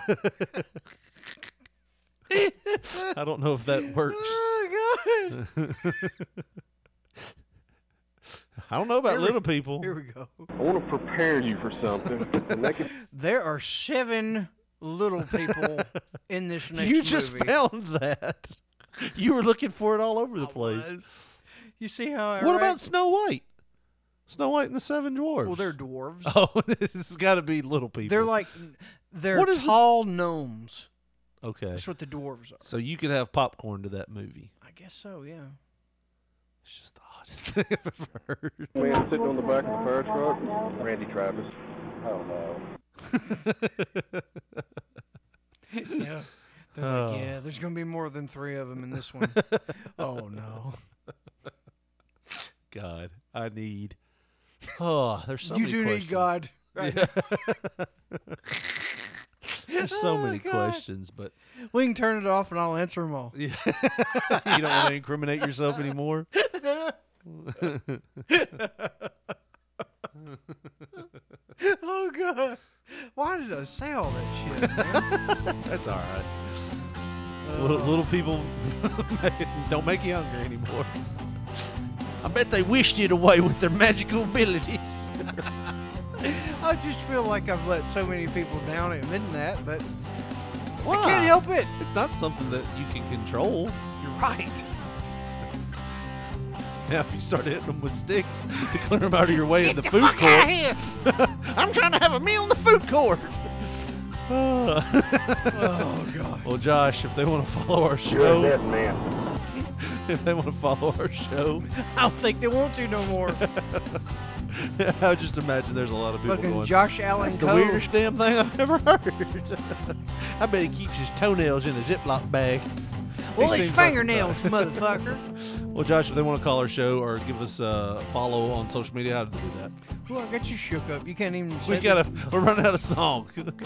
I don't know if that works. Oh God. I don't know about Here we- little people. Here we go. I want to prepare you for *laughs* something. and that could There are seven little *laughs* people in this next you just movie. found that. *laughs* You were looking for it all over the place. You see how? I What about ranked- Snow White? Snow White and the Seven Dwarfs. Well, they're *laughs* dwarves. Oh, this has got to be little people. They're like they're What is the- tall gnomes. okay. That's what the dwarves are. So you could have popcorn to that movie. I guess so. *laughs* Yeah. It's the oddest *laughs* thing I've ever heard. man sitting on the back of the fire truck. Randy Travis. I don't know. yeah. They're Oh. like, yeah, there's going to be more than three of them in *laughs* this one. oh, no. *laughs* God, I need. Oh, there's so You many do need questions. God right Yeah. there's so *laughs* Oh, many God. questions, but *laughs* We can turn it off and I'll answer them all. Yeah. you don't want to incriminate yourself anymore. *laughs* oh, God. Why did I say all that shit, *laughs* man? That's all right. little, little people *laughs* don't make you hungry anymore. I bet they wished it away with their magical abilities. I just feel like I've let so many people down admitting that, but I can't help it. It's not something that you can control. You're right. *laughs* Now, if you start hitting them with sticks to clear them out of your way in the, food fuck court, outta here. *laughs* I'm trying to have a meal in the food court. *laughs* Oh, God. Well, Josh, if they want to follow our You're show, a dead man. if they want to follow our show, I don't think they want to no *laughs* more. I would just imagine there's a lot of people Fucking going. Josh Allen That's the Coe." weirdest damn thing I've ever heard. *laughs* I bet he keeps his toenails in a Ziploc bag. *laughs* well, He his seems like the fingernails, type. motherfucker. *laughs* Well, Josh, if they want to call our show or give us a follow on social media, how do they do that? Well, I got you shook up. You can't even. We say gotta. this. We're running out of song. *laughs*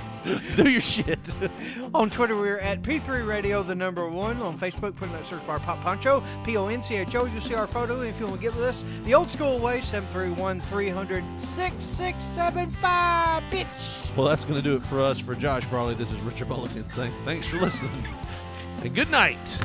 do your shit. *laughs* On Twitter, we're at P3 Radio, the number one. On Facebook, put in that search bar Pop Poncho, P O N C H O. You'll see our photo if you want to get with us. The old school way, 731 300 6675, bitch. Well, that's gonna do it for us. For Josh Brawley, this is Richard Mulligan saying thanks for listening and good night.